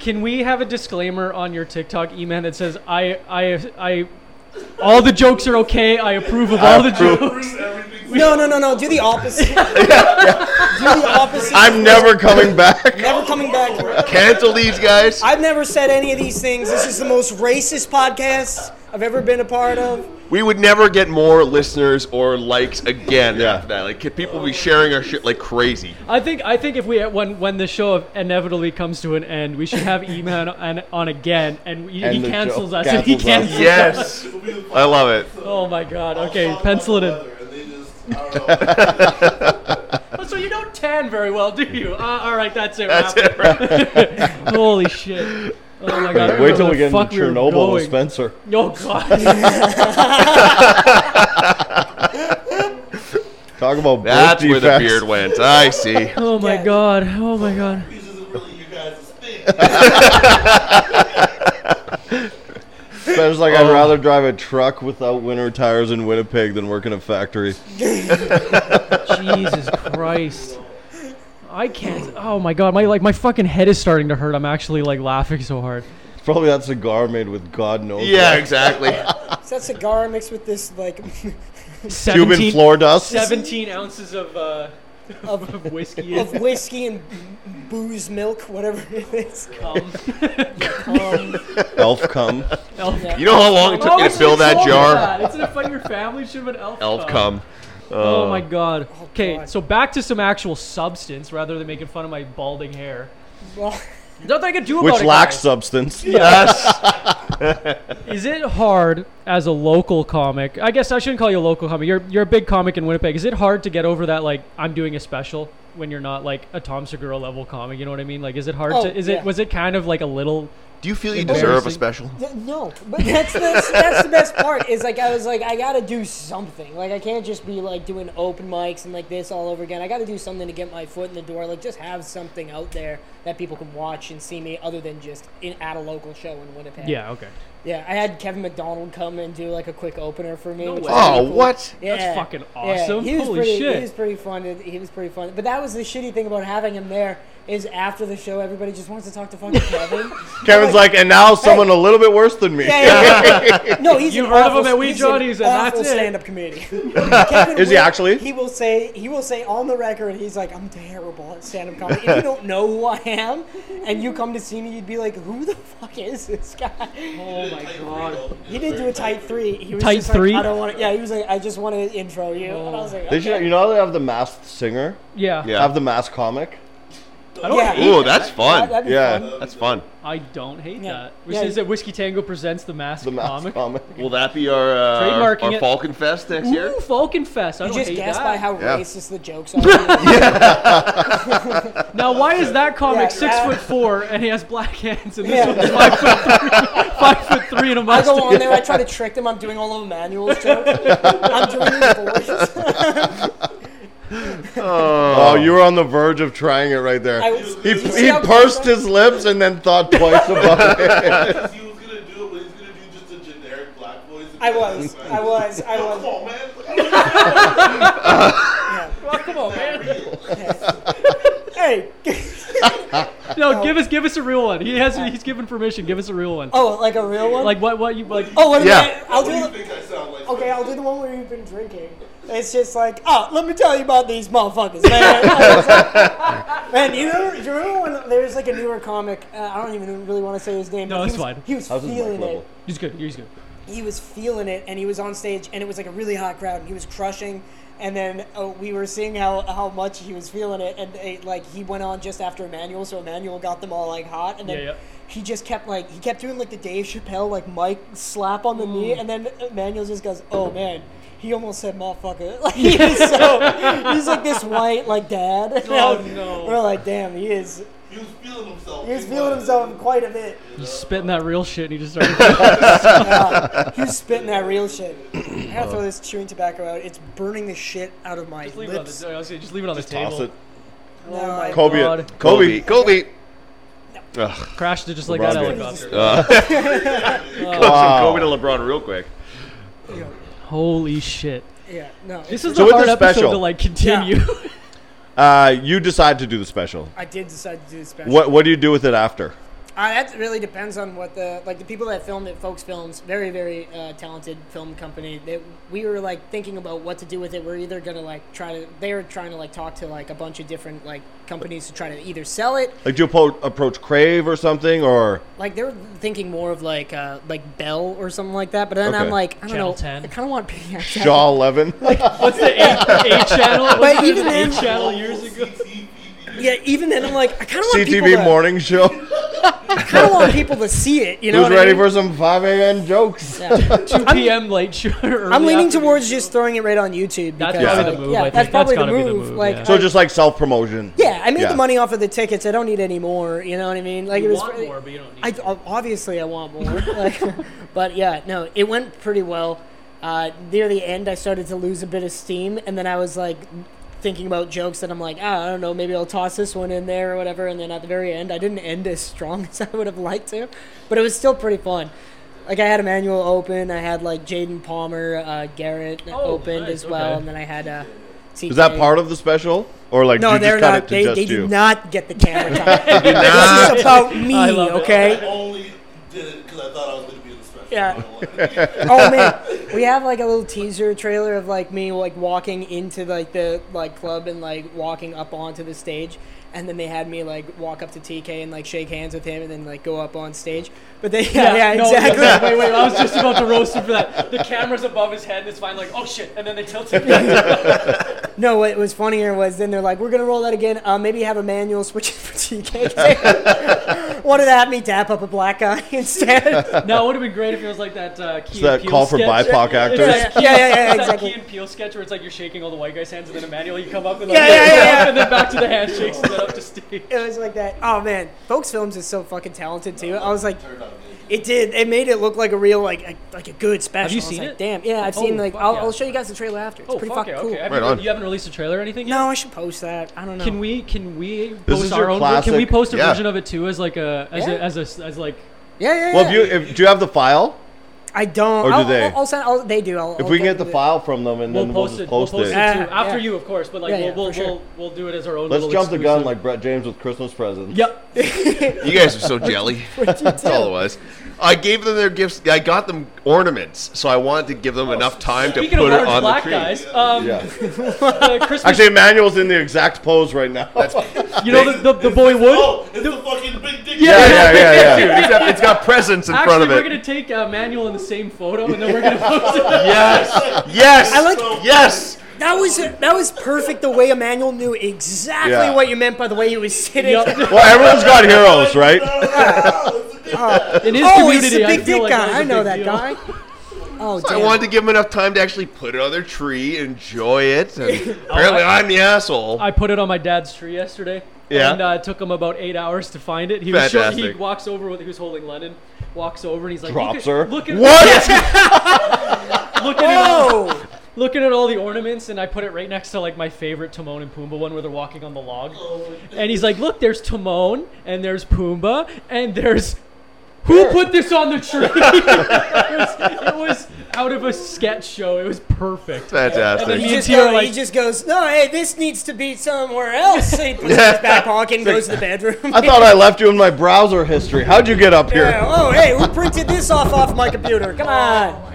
Speaker 1: can we have a disclaimer on your TikTok email that says, I, I, I, all the jokes are okay. I approve of all the jokes.
Speaker 4: Ruin everything.
Speaker 5: No, no, no, no. Do the opposite. Do the opposite.
Speaker 2: I'm never coming back.
Speaker 5: never coming back.
Speaker 3: Cancel these guys.
Speaker 5: I've never said any of these things. This is the most racist podcast I've ever been a part of.
Speaker 3: we would never get more listeners or likes again
Speaker 2: Yeah.
Speaker 3: after that. Like, could people be sharing our shit like crazy?
Speaker 1: I think I think if we when when the show inevitably comes to an end, we should have Eman on, on again, and he,
Speaker 2: And
Speaker 1: he
Speaker 2: the
Speaker 1: cancels
Speaker 2: show
Speaker 1: us. and he
Speaker 2: cancels
Speaker 1: cancels
Speaker 2: us.
Speaker 1: us.
Speaker 3: Yes,
Speaker 4: It'll be the
Speaker 3: I love it.
Speaker 1: Oh my god.
Speaker 4: I'll
Speaker 1: Okay,
Speaker 4: talk about
Speaker 1: pencil it
Speaker 4: the
Speaker 1: in. Oh,
Speaker 4: weather and they just- I don't know.
Speaker 1: So you don't tan very well, do you? Uh, all right, that's it.
Speaker 3: That's
Speaker 1: wrap
Speaker 3: it. Right?
Speaker 1: it. Holy shit. Oh my god.
Speaker 2: Wait till
Speaker 1: where
Speaker 2: we
Speaker 1: the
Speaker 2: get
Speaker 1: fuck
Speaker 2: into
Speaker 1: we were
Speaker 2: Chernobyl with
Speaker 1: going.
Speaker 2: Spencer.
Speaker 1: Oh god.
Speaker 2: Talk about
Speaker 3: That's
Speaker 2: birth
Speaker 3: where the
Speaker 2: defects.
Speaker 3: beard went. I see.
Speaker 1: Oh my
Speaker 5: Yeah.
Speaker 1: god. Oh my god.
Speaker 4: This isn't really you guys' thing.
Speaker 2: Spencer's like,
Speaker 3: Oh.
Speaker 2: I'd rather drive a truck without winter tires in Winnipeg than work in a factory.
Speaker 1: Jesus Christ. I can't. Oh my god. My like my fucking head is starting to hurt. I'm actually like laughing so hard.
Speaker 2: Probably that cigar made with God knows.
Speaker 3: Yeah,
Speaker 2: what.
Speaker 3: exactly.
Speaker 5: Is that cigar mixed with this like
Speaker 1: 17,
Speaker 2: Cuban floor dust.
Speaker 1: 17 ounces of uh
Speaker 5: of,
Speaker 1: of whiskey.
Speaker 5: of whiskey and booze milk, whatever it is?
Speaker 1: cum.
Speaker 5: Um,
Speaker 2: Elf cum.
Speaker 1: Elf
Speaker 5: Yeah.
Speaker 3: You know how long it took
Speaker 1: Oh,
Speaker 3: me
Speaker 1: it's
Speaker 3: to fill that
Speaker 1: called
Speaker 3: jar?
Speaker 1: That. It's in a fun your family should have an elf.
Speaker 3: Elf
Speaker 1: cup.
Speaker 3: come.
Speaker 1: Oh my god. Okay,
Speaker 5: God.
Speaker 1: so back to some actual substance rather than making fun of my balding hair.
Speaker 5: well,
Speaker 1: Nothing I can do about
Speaker 2: Which
Speaker 1: it.
Speaker 2: lacks
Speaker 1: guys.
Speaker 2: substance.
Speaker 3: Yes.
Speaker 1: Is it hard as a local comic? I guess I shouldn't call you a local comic. You're you're a big comic in Winnipeg. Is it hard to get over that like I'm doing a special when you're not like a Tom Segura level comic? You know what I mean? Like, is it hard
Speaker 5: Oh,
Speaker 1: to? Is
Speaker 5: yeah.
Speaker 1: it was it kind of like a little?
Speaker 3: Do you feel you
Speaker 1: Embarrassing.
Speaker 3: deserve a special?
Speaker 5: th- no, but that's the, that's the best part. Is like I was like I gotta do something. Like I can't just be like doing open mics and like this all over again. I gotta do something to get my foot in the door. Like just have something out there that people can watch and see me, other than just in, at a local show in Winnipeg.
Speaker 1: Yeah. Okay.
Speaker 5: Yeah, I had Kevin McDonald come and do like a quick opener for me. which
Speaker 1: way.
Speaker 5: was really
Speaker 3: Oh,
Speaker 5: cool.
Speaker 3: what?
Speaker 5: Yeah.
Speaker 1: fucking
Speaker 5: Yeah,
Speaker 1: awesome.
Speaker 5: He was
Speaker 1: Holy
Speaker 5: pretty,
Speaker 1: shit.
Speaker 5: He was pretty fun. and He was pretty fun. But that was the shitty thing about having him there is after the show, everybody just wants to talk to fucking Kevin.
Speaker 2: Kevin's like, and now someone a little bit worse than me.
Speaker 5: Yeah, yeah, yeah. no, he's
Speaker 1: You've
Speaker 5: an
Speaker 1: heard of
Speaker 5: awful,
Speaker 1: him at Wee
Speaker 5: he's an
Speaker 1: Johnny's, and
Speaker 5: awful
Speaker 1: that's it.
Speaker 5: stand-up comedian. Kevin
Speaker 2: Is he
Speaker 5: will-
Speaker 2: actually?
Speaker 5: He will say he will say on the record, he's like, I'm terrible at stand-up comedy. if you don't know who I am, and you come to see me, you'd be like, Who the fuck is this guy?
Speaker 1: Oh my god.
Speaker 5: He did do a tight three. He was
Speaker 1: Tight
Speaker 5: just like,
Speaker 1: three?
Speaker 5: I don't want to. Yeah, he was like, I just want to intro you. And I was like,
Speaker 2: They should,
Speaker 5: okay.
Speaker 2: you know, how they have the masked singer,
Speaker 1: Yeah.
Speaker 3: Yeah.
Speaker 2: have the masked comic.
Speaker 1: I don't.
Speaker 5: Yeah.
Speaker 1: hate
Speaker 3: Ooh, that's
Speaker 5: That-
Speaker 3: fun.
Speaker 5: that'd be
Speaker 2: Yeah.
Speaker 5: fun.
Speaker 3: That's fun.
Speaker 1: I don't hate
Speaker 5: Yeah.
Speaker 1: that.
Speaker 5: Yeah,
Speaker 1: Is
Speaker 5: you-
Speaker 1: it Whiskey Tango presents the masked
Speaker 2: The masked
Speaker 1: comic?
Speaker 2: comic.
Speaker 3: Will that be our uh,
Speaker 1: Trademarking
Speaker 3: our
Speaker 1: it.
Speaker 3: Falcon Fest next year?
Speaker 1: Ooh, Falcon Fest. I
Speaker 5: You
Speaker 1: don't
Speaker 5: just
Speaker 1: hate
Speaker 5: guess
Speaker 1: that.
Speaker 5: by how
Speaker 3: Yeah.
Speaker 5: racist the jokes are.
Speaker 1: now, why is that comic
Speaker 5: Yeah,
Speaker 1: six
Speaker 5: that-
Speaker 1: foot four and he has black hands and this
Speaker 5: Yeah.
Speaker 1: one's five foot three, five foot three and a
Speaker 5: I go
Speaker 1: mustache?
Speaker 5: on there, I try to trick them. I'm doing all of Emmanuel's jokes. I'm doing his voice.
Speaker 2: Oh, you were on the verge of trying it right there.
Speaker 5: I was-
Speaker 2: he
Speaker 5: you see
Speaker 2: he
Speaker 5: how close
Speaker 2: pursed
Speaker 5: I-
Speaker 2: his lips and then thought twice about it.
Speaker 4: He was gonna do it, but he's gonna do just a generic black voice.
Speaker 5: I was. I was. I
Speaker 4: Yo,
Speaker 5: was.
Speaker 4: Come on, man.
Speaker 1: Oh, come on, man.
Speaker 5: Hey.
Speaker 1: No, give us give us a real one. He has he's given permission. Give us a real one.
Speaker 5: Oh, like a real one?
Speaker 1: Like what what you like?
Speaker 5: oh, what
Speaker 3: Yeah.
Speaker 5: yeah. I'll
Speaker 4: What do you
Speaker 5: do the,
Speaker 4: think I sound like?
Speaker 5: Okay, I'll do the one where you've been drinking. It's just like, oh, let me tell you about these motherfuckers, man. It's like- man, you remember, do you remember when there was like a newer comic? Uh, I don't even really want to say his name.
Speaker 1: No,
Speaker 5: but
Speaker 1: it's
Speaker 5: he was,
Speaker 1: fine.
Speaker 5: He was
Speaker 2: How's his mic
Speaker 5: feeling it.
Speaker 2: level?
Speaker 1: He's good. He's good.
Speaker 5: he was feeling it and he was on stage and it was like a really hot crowd and he was crushing and then uh, we were seeing how, how much he was feeling it and they, like he went on just after Emmanuel so Emmanuel got them all like hot and then
Speaker 1: Yeah, yeah.
Speaker 5: he just kept like he kept doing like the Dave Chappelle like mic slap on the knee and then Emmanuel just goes oh man he almost said motherfucker. Like he was so he's like this white like dad.
Speaker 1: Oh, no.
Speaker 5: We're like, damn, he is
Speaker 4: He was feeling himself.
Speaker 5: he was feeling himself quite a bit.
Speaker 1: He's spitting that real shit, and he just started.
Speaker 5: Uh, he was spitting that real shit. I gotta throw this chewing tobacco out. It's burning the shit out of my
Speaker 1: just leave it on
Speaker 5: lips.
Speaker 1: the, I was gonna say, just leave it on the table.
Speaker 2: Toss it.
Speaker 5: No,
Speaker 1: Oh my
Speaker 5: I-
Speaker 2: Kobe
Speaker 1: God.
Speaker 2: it. Kobe.
Speaker 3: Kobe.
Speaker 1: Crashed it just like
Speaker 2: LeBron
Speaker 1: that
Speaker 2: did.
Speaker 1: helicopter.
Speaker 3: Wow.
Speaker 2: Wow.
Speaker 3: Kobe to LeBron real quick.
Speaker 5: yeah,
Speaker 1: Holy shit!
Speaker 5: yeah, no.
Speaker 1: This is
Speaker 2: So
Speaker 1: the
Speaker 2: with
Speaker 1: hard
Speaker 2: the
Speaker 1: episode
Speaker 2: special-
Speaker 1: to like continue.
Speaker 2: Uh, you decide to do the special.
Speaker 5: I did decide to do this special.
Speaker 2: What What do you do with it after?
Speaker 5: Uh, that really depends on what the like the people that filmed at Folks Films, very very uh, talented film company. That we were like thinking about what to do with it. We're either gonna like try to they were trying to like talk to like a bunch of different like companies to try to either sell it.
Speaker 2: Like, do you approach, approach Crave or something, or
Speaker 5: Like they were thinking more of like uh, like Bell or something like that. But then I'm
Speaker 2: Okay.
Speaker 5: like I don't
Speaker 1: Channel
Speaker 5: know.
Speaker 1: 10.
Speaker 5: I kind of want yeah, exactly.
Speaker 2: Jaw Eleven?
Speaker 1: What's the eight, eight channel? What's it,
Speaker 5: But even
Speaker 1: eight
Speaker 5: then-
Speaker 1: channel years ago.
Speaker 5: Yeah, even then I'm like I kind of want people uh,
Speaker 2: CTV
Speaker 5: to,
Speaker 2: morning show.
Speaker 5: I kind of want people to see it. You know
Speaker 2: Who's
Speaker 5: what I
Speaker 2: ready
Speaker 5: mean?
Speaker 2: for some 5 a.m. jokes?
Speaker 5: Yeah.
Speaker 1: 2 p.m. late show.
Speaker 5: I'm leaning towards just throwing it right on YouTube.
Speaker 1: That's
Speaker 5: because,
Speaker 1: probably the
Speaker 5: like,
Speaker 1: move,
Speaker 5: Yeah,
Speaker 1: I think.
Speaker 5: that's
Speaker 1: That's
Speaker 5: probably the
Speaker 1: gotta be
Speaker 5: move.
Speaker 1: the move,
Speaker 5: like,
Speaker 1: yeah.
Speaker 2: So just like self promotion.
Speaker 5: Yeah, I made
Speaker 2: Yeah.
Speaker 5: the money off of the tickets. I don't need any more. You know what I mean? Like
Speaker 1: You
Speaker 5: it was.
Speaker 1: want
Speaker 5: pretty-
Speaker 1: more, but you don't need.
Speaker 5: I ob- obviously I want more. like, but yeah, no, it went pretty well. Uh, near the end, I started to lose a bit of steam, and then I was like thinking about jokes that I'm like, ah, I don't know, maybe I'll toss this one in there or whatever. And then at the very end, I didn't end as strong as I would have liked to, but it was still pretty fun. Like I had Emmanuel open, I had like Jaden Palmer, uh, Garrett
Speaker 1: Oh,
Speaker 5: opened
Speaker 1: nice,
Speaker 5: as well,
Speaker 1: okay.
Speaker 5: and then I had. Uh,
Speaker 2: Is that part of the special, or like
Speaker 5: no,
Speaker 2: do you
Speaker 5: they're
Speaker 2: just cut
Speaker 5: not.
Speaker 2: it to
Speaker 5: They,
Speaker 2: just
Speaker 5: they
Speaker 2: you?
Speaker 5: did not get the camera time. this is about
Speaker 1: I
Speaker 5: me,
Speaker 1: love it.
Speaker 4: I
Speaker 5: okay?
Speaker 4: only did it because I thought I was going to be in the special.
Speaker 5: Yeah.
Speaker 4: Yeah.
Speaker 5: Oh man, we have like a little teaser trailer of like me like walking into like the like club and like walking up onto the stage, and then they had me like walk up to TK and like shake hands with him and then like go up on stage. But they yeah, yeah,
Speaker 1: no,
Speaker 5: exactly.
Speaker 1: no, wait, wait, I was just about to roast him for that. The camera's above his head, and it's fine. Like, oh shit! And then they tilt it.
Speaker 5: No, what was funnier was then they're like, we're gonna roll that again. Uh, maybe have Emmanuel switch it for TK. Wanted to have me tap up a black guy instead.
Speaker 1: Now it would have been great if it was like that uh, Key
Speaker 2: It's that
Speaker 1: and Peele
Speaker 2: call for
Speaker 1: sketch.
Speaker 2: BIPOC
Speaker 1: It's
Speaker 2: actors.
Speaker 1: that
Speaker 5: Yeah, yeah, yeah, yeah,
Speaker 1: it's that
Speaker 5: exactly.
Speaker 1: Key and Peele sketch where it's like you're shaking all the white guys' hands, and then Emmanuel you come up and like,
Speaker 5: Yeah, yeah, yeah, yeah.
Speaker 1: and then back to the handshakes, and then up to Steve.
Speaker 5: It was like that. Oh man, Folks Films is so fucking talented too. I was like, it did. It made it look like a real like a, like a good special.
Speaker 1: you
Speaker 5: I was
Speaker 1: seen
Speaker 5: like,
Speaker 1: it?
Speaker 5: Damn. Yeah, I've
Speaker 1: Oh,
Speaker 5: seen like
Speaker 1: fuck
Speaker 5: I'll,
Speaker 1: yeah.
Speaker 5: I'll show you guys the trailer after. It's
Speaker 1: Oh
Speaker 5: pretty
Speaker 1: fuck
Speaker 5: fucking
Speaker 1: yeah!
Speaker 5: cool.
Speaker 1: Okay, Have
Speaker 3: Right
Speaker 1: you,
Speaker 3: on.
Speaker 1: you haven't released a trailer or anything yet.
Speaker 5: No, I should post that. I don't know.
Speaker 1: Can we can we
Speaker 2: This
Speaker 1: post
Speaker 2: is
Speaker 1: our
Speaker 2: your
Speaker 1: own? ver- Can we
Speaker 2: classic-
Speaker 1: post a
Speaker 3: yeah.
Speaker 1: version of it too as like a as
Speaker 5: Yeah.
Speaker 1: a as a s- as like
Speaker 5: Yeah, yeah. yeah.
Speaker 2: Well, if you if, do you have the file?
Speaker 5: I don't.
Speaker 2: Or do
Speaker 5: I'll,
Speaker 2: they?
Speaker 5: I'll, I'll send. I'll, they do. I'll,
Speaker 2: If
Speaker 5: I'll
Speaker 2: we can
Speaker 5: send
Speaker 2: get the
Speaker 5: it.
Speaker 2: file from them and
Speaker 1: we'll
Speaker 2: then
Speaker 1: post
Speaker 2: we'll just
Speaker 1: it we'll
Speaker 2: post
Speaker 1: post it
Speaker 2: it.
Speaker 5: Yeah,
Speaker 1: too after
Speaker 5: Ah, yeah.
Speaker 1: you of course, but like
Speaker 5: Yeah,
Speaker 1: we'll
Speaker 5: yeah,
Speaker 1: we'll,
Speaker 5: for sure.
Speaker 1: we'll we'll do it as our own.
Speaker 2: Let's
Speaker 1: little
Speaker 2: jump the gun
Speaker 1: exclusive.
Speaker 2: like Brett James with Christmas presents.
Speaker 1: Yep.
Speaker 3: You guys are so jelly. That's all it was. I gave them their gifts. I got them ornaments, so I wanted to give them enough time
Speaker 1: Oh, Speaking
Speaker 3: to
Speaker 1: of
Speaker 3: put it
Speaker 1: large
Speaker 3: on the
Speaker 1: black
Speaker 3: tree.
Speaker 1: guys, um,
Speaker 2: Yeah.
Speaker 1: uh, Christmas.
Speaker 2: Actually, Emmanuel's in the exact pose right now.
Speaker 1: you know the, the, the boy Wood.
Speaker 4: Oh, it's the fucking big dick.
Speaker 2: yeah, yeah, yeah,
Speaker 3: Dude,
Speaker 2: yeah.
Speaker 3: it's got, it's got presents in
Speaker 1: Actually,
Speaker 3: front of
Speaker 1: we're
Speaker 3: it.
Speaker 1: gonna take uh, Manuel in the same photo, and then we're gonna post it.
Speaker 3: Yes, yes,
Speaker 5: I like-
Speaker 3: yes.
Speaker 5: That was that was perfect. The way Emmanuel knew exactly
Speaker 2: Yeah.
Speaker 5: what you meant by the way he was sitting.
Speaker 1: Yup.
Speaker 2: Well, everyone's got heroes, right?
Speaker 1: In his
Speaker 5: Oh, it's
Speaker 1: community,
Speaker 5: the
Speaker 1: I
Speaker 5: big
Speaker 1: feel
Speaker 5: dick
Speaker 1: like that was
Speaker 5: guy. I
Speaker 1: a
Speaker 5: know
Speaker 1: big
Speaker 5: that
Speaker 1: deal.
Speaker 5: guy. Oh,
Speaker 3: I
Speaker 5: damn.
Speaker 3: wanted to give them enough time to actually put it on their tree, enjoy it. And apparently, I'm the asshole.
Speaker 1: Oh, I put it on my dad's tree yesterday.
Speaker 3: Yeah.
Speaker 1: And uh, it took him about eight hours to find it. He was show- he
Speaker 3: Fantastic.
Speaker 1: walks over with he was holding Lennon. Walks over and he's like,
Speaker 2: Drops
Speaker 1: look at,
Speaker 2: her.
Speaker 1: Look at
Speaker 2: What?
Speaker 1: Looking at, all,
Speaker 5: Oh,
Speaker 1: looking at all the ornaments, and I put it right next to like my favorite Timon and Pumbaa one where they're walking on the log. And he's like, look, there's Timon and there's Pumbaa and there's. Who put this on the tree? it, was, it was out of a sketch show. It was perfect.
Speaker 3: Fantastic.
Speaker 5: he
Speaker 1: Me
Speaker 5: just,
Speaker 1: and Tia
Speaker 5: go-
Speaker 1: are like-
Speaker 5: he just goes, no, hey, this needs to be somewhere else. And he puts it in his back pocket and goes to the bedroom.
Speaker 2: I thought I left you in my browser history. How'd you get up
Speaker 5: Yeah,
Speaker 2: here?
Speaker 5: oh, hey, who printed this off off my computer? Come on.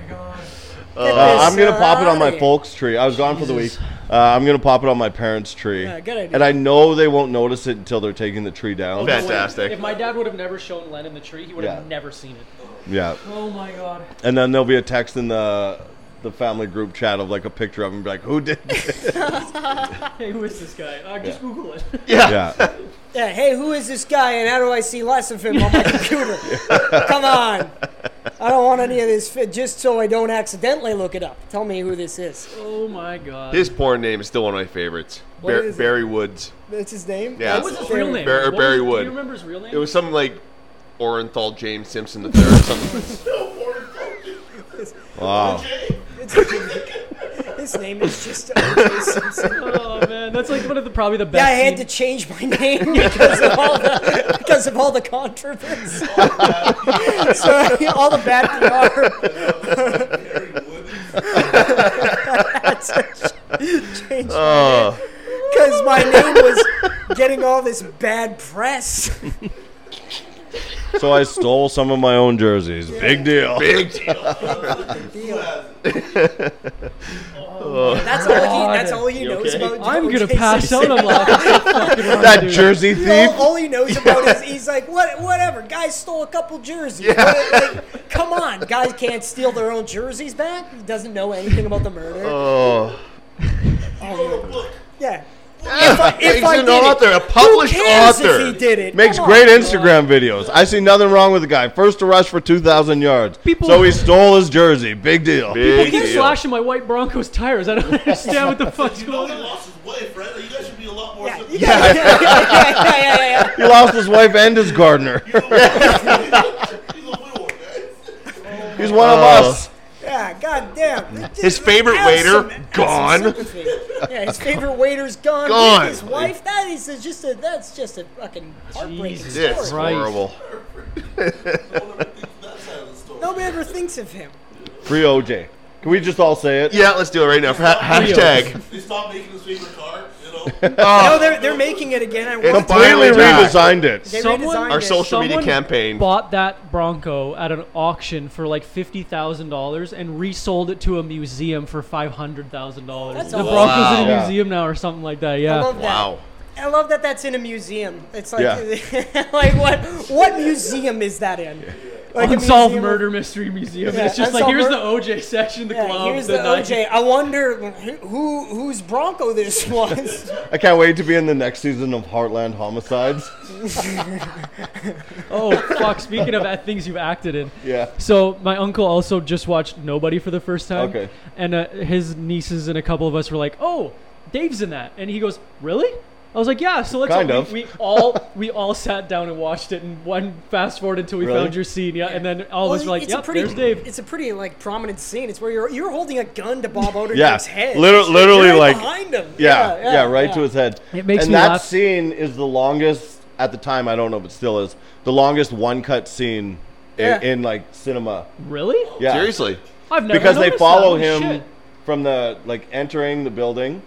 Speaker 2: Uh, I'm gonna pop it on my
Speaker 5: Ferrari.
Speaker 2: folks tree. I was gone for the week. Uh, I'm gonna pop it on my parents' tree.
Speaker 5: Yeah, good idea.
Speaker 2: And I know they won't notice it until they're taking the tree down.
Speaker 3: Okay. Fantastic.
Speaker 1: If my dad would have never shown Lennon the tree, he would have
Speaker 2: Yeah.
Speaker 1: never seen it.
Speaker 2: Yeah.
Speaker 1: Oh my god.
Speaker 2: And then there'll be a text in the the family group chat of like a picture of him, be like, "Who did?" this?"
Speaker 1: Hey, who is this guy? Uh, just Google it.
Speaker 2: yeah.
Speaker 5: Yeah, hey, who is this guy and how do I see less of him on my computer? Come on. I don't want any of this fit just so I don't accidentally look it up. Tell me who this is.
Speaker 1: Oh my god.
Speaker 3: His porn name is still one of my favorites.
Speaker 5: What
Speaker 3: Bar-
Speaker 5: is it?
Speaker 3: Barry Woods.
Speaker 5: That's his name?
Speaker 3: Yeah.
Speaker 1: what was his real name?
Speaker 3: Bar-
Speaker 1: What was-
Speaker 3: Barry
Speaker 1: Do
Speaker 3: Wood.
Speaker 1: you remember his real name?
Speaker 3: It was something like Orenthal James Simpson the third or something.
Speaker 2: Wow.
Speaker 5: His name is just O.J. Simpson.
Speaker 1: oh man, that's like one of the probably the best.
Speaker 5: Yeah, I had to
Speaker 1: scenes-
Speaker 5: change my name because of all the, because of all the controversy. so all the bad PR. I had to ch- change
Speaker 3: oh,
Speaker 5: because my name was getting all this bad press.
Speaker 2: So I stole some of my own jerseys. Big deal.
Speaker 3: big deal.
Speaker 5: That's all he. That's all he knows about.
Speaker 1: I'm gonna
Speaker 5: O.J.
Speaker 1: pass
Speaker 5: Simpson.
Speaker 1: out. I'm laughing.
Speaker 2: That jersey
Speaker 5: All,
Speaker 2: thief.
Speaker 5: all he knows about is he's like, what, whatever. Guys stole a couple jerseys. What- like, come on, guys can't steal their own jerseys back. He doesn't know anything about the murder.
Speaker 3: Oh,
Speaker 5: yeah. If I, if
Speaker 3: he's
Speaker 5: I
Speaker 3: an
Speaker 5: did it,
Speaker 3: author, a published
Speaker 5: who cares
Speaker 3: author.
Speaker 5: if he did it?
Speaker 2: Makes
Speaker 5: Come on.
Speaker 2: great Instagram videos. I see nothing wrong with the guy. First to rush for 2,000 yards.
Speaker 1: People-
Speaker 2: so he stole his jersey. Big deal.
Speaker 1: People
Speaker 3: big
Speaker 1: keep
Speaker 3: deal.
Speaker 1: slashing my white Broncos tires. I don't understand what the fuck's
Speaker 4: You know
Speaker 1: going on.
Speaker 4: he lost his wife, right? Like, you guys should be a lot more.
Speaker 5: Yeah,
Speaker 4: sympathetic.
Speaker 5: yeah, yeah, yeah, yeah, yeah, yeah, yeah,
Speaker 2: He lost his wife and his gardener.
Speaker 4: He's a widower, guys.
Speaker 2: He's one of
Speaker 3: Oh.
Speaker 2: us.
Speaker 5: yeah. God damn.
Speaker 3: His favorite
Speaker 5: Have
Speaker 3: waiter,
Speaker 5: some- have some
Speaker 3: gone.
Speaker 5: sympathy. yeah, his favorite waiter's gone.
Speaker 3: Gone.
Speaker 5: His wife. That is just a. That's just a fucking heartbreaking
Speaker 1: Jesus.
Speaker 5: story.
Speaker 3: It's
Speaker 1: Christ.
Speaker 3: horrible.
Speaker 4: No one ever thinks that side of the story.
Speaker 5: Nobody ever thinks of him.
Speaker 2: Free OJ. Can we just all say it?
Speaker 3: Yeah, let's do it right now. Ha- hashtag.
Speaker 4: They stopped making his favorite car, you know?
Speaker 5: No,
Speaker 3: Oh,
Speaker 5: they're they're making it again. I
Speaker 3: It's
Speaker 5: want
Speaker 3: fine.
Speaker 2: Completely
Speaker 3: Finally back.
Speaker 2: redesigned it.
Speaker 5: They
Speaker 1: Someone-
Speaker 5: redesigned
Speaker 3: our
Speaker 5: it.
Speaker 3: social media
Speaker 1: Someone
Speaker 3: campaign.
Speaker 1: Bought that Bronco at an auction for like fifty thousand dollars and resold it to a museum for five hundred thousand dollars.
Speaker 5: That's
Speaker 1: The
Speaker 5: awesome.
Speaker 1: Broncos
Speaker 3: Wow.
Speaker 1: in a
Speaker 2: Yeah.
Speaker 1: museum now or something like that.
Speaker 5: I
Speaker 1: Yeah.
Speaker 5: love that.
Speaker 3: Wow.
Speaker 5: I love that that's in a museum. It's like,
Speaker 2: Yeah.
Speaker 5: like what what museum is that in? Like a
Speaker 1: Unsolved
Speaker 5: museum of-
Speaker 1: Murder Mystery Museum.
Speaker 5: Yeah,
Speaker 1: it's just like
Speaker 5: unsolved
Speaker 1: here's
Speaker 5: mur-
Speaker 1: the OJ section, the
Speaker 5: Yeah,
Speaker 1: gloves,
Speaker 5: here's the
Speaker 1: Nike-
Speaker 5: OJ. I wonder who whose Bronco this was.
Speaker 2: I can't wait to be in the next season of Heartland Homicides.
Speaker 1: Oh fuck! Speaking of uh, things you've acted in,
Speaker 2: Yeah.
Speaker 1: So my uncle also just watched Nobody for the first time.
Speaker 2: Okay.
Speaker 1: And uh, his nieces and a couple of us were like, "Oh, Dave's in that," and he goes, "Really?" I was like, "Yeah." So let's
Speaker 2: Kind
Speaker 1: we,
Speaker 2: of.
Speaker 1: we all we all sat down and watched it, and one fast forward until we
Speaker 2: Really?
Speaker 1: found your scene, yeah, and then all of us were Oh, like,
Speaker 5: it's
Speaker 1: "Yep,
Speaker 5: a pretty,
Speaker 1: there's Dave."
Speaker 5: It's a pretty like prominent scene. It's where you're you're holding a gun to Bob Odenkirk's
Speaker 2: Yeah.
Speaker 5: head.
Speaker 2: Liter-
Speaker 5: You're
Speaker 2: literally,
Speaker 5: right
Speaker 2: like-
Speaker 5: behind him.
Speaker 2: Yeah, yeah, right to
Speaker 5: yeah.
Speaker 2: his head.
Speaker 1: It makes
Speaker 2: and
Speaker 1: me
Speaker 2: that
Speaker 1: laugh.
Speaker 2: scene is the longest at the time. I don't know if it still is the longest one cut scene i
Speaker 5: Yeah.
Speaker 2: in, like cinema.
Speaker 1: Really?
Speaker 2: Yeah,
Speaker 3: Seriously.
Speaker 1: I've never
Speaker 2: because they
Speaker 1: noticed
Speaker 2: follow
Speaker 1: that. Holy
Speaker 2: him
Speaker 1: shit.
Speaker 2: from the like entering the building,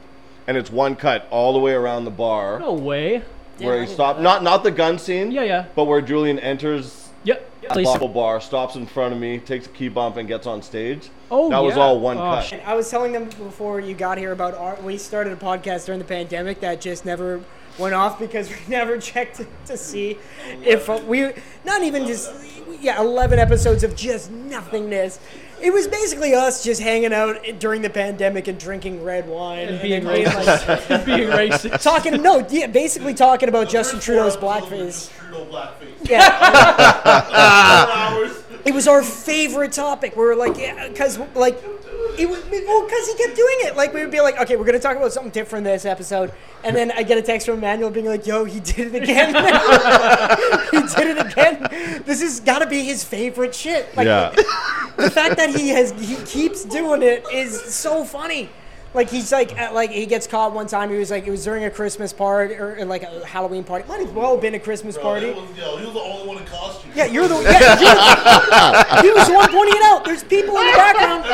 Speaker 2: and it's one cut all the way around the bar
Speaker 1: No way.
Speaker 5: Yeah, I
Speaker 2: where he
Speaker 5: didn't
Speaker 2: stopped. Not not the gun scene.
Speaker 1: Yeah, yeah.
Speaker 2: But where Julian enters
Speaker 1: Yep.
Speaker 2: the bottle bar, stops in front of me, takes a key bump, and gets on stage.
Speaker 1: Oh,
Speaker 2: that was
Speaker 1: yeah.
Speaker 2: all one
Speaker 1: Oh,
Speaker 2: cut.
Speaker 1: shit.
Speaker 5: I was telling them before you got here about our, we started a podcast during the pandemic that just never went off because we never checked to, to see if we not even just yeah 11 episodes of just nothingness. It was basically us just hanging out during the pandemic and drinking red wine
Speaker 1: And
Speaker 5: and,
Speaker 1: being
Speaker 5: then being
Speaker 1: racist.
Speaker 5: like,
Speaker 1: Being racist.
Speaker 5: talking no yeah basically talking about
Speaker 4: The
Speaker 5: Justin
Speaker 4: first four
Speaker 5: Trudeau's
Speaker 4: episodes were
Speaker 5: blackface.
Speaker 4: just Trudeau blackface.
Speaker 5: Yeah.
Speaker 4: Four hours.
Speaker 5: It was our favorite topic. We were like, yeah, because like, it was well, because he kept doing it. Like we would be like, okay, we're gonna talk about something different this episode, and then I get a text from Emmanuel being like, yo, he did it again. he did it again. This has got to be his favorite shit. Like
Speaker 2: yeah,
Speaker 5: the fact that he has he keeps doing it is so funny. Like he's like at, like he gets caught one time. He was like it was during a Christmas party or like a Halloween party. Might as well have been a Christmas
Speaker 4: Bro,
Speaker 5: party.
Speaker 4: it was, yo, he was the only one in costume.
Speaker 5: Yeah, you're the yeah, you're the, he was the one pointing it out. There's people in the background.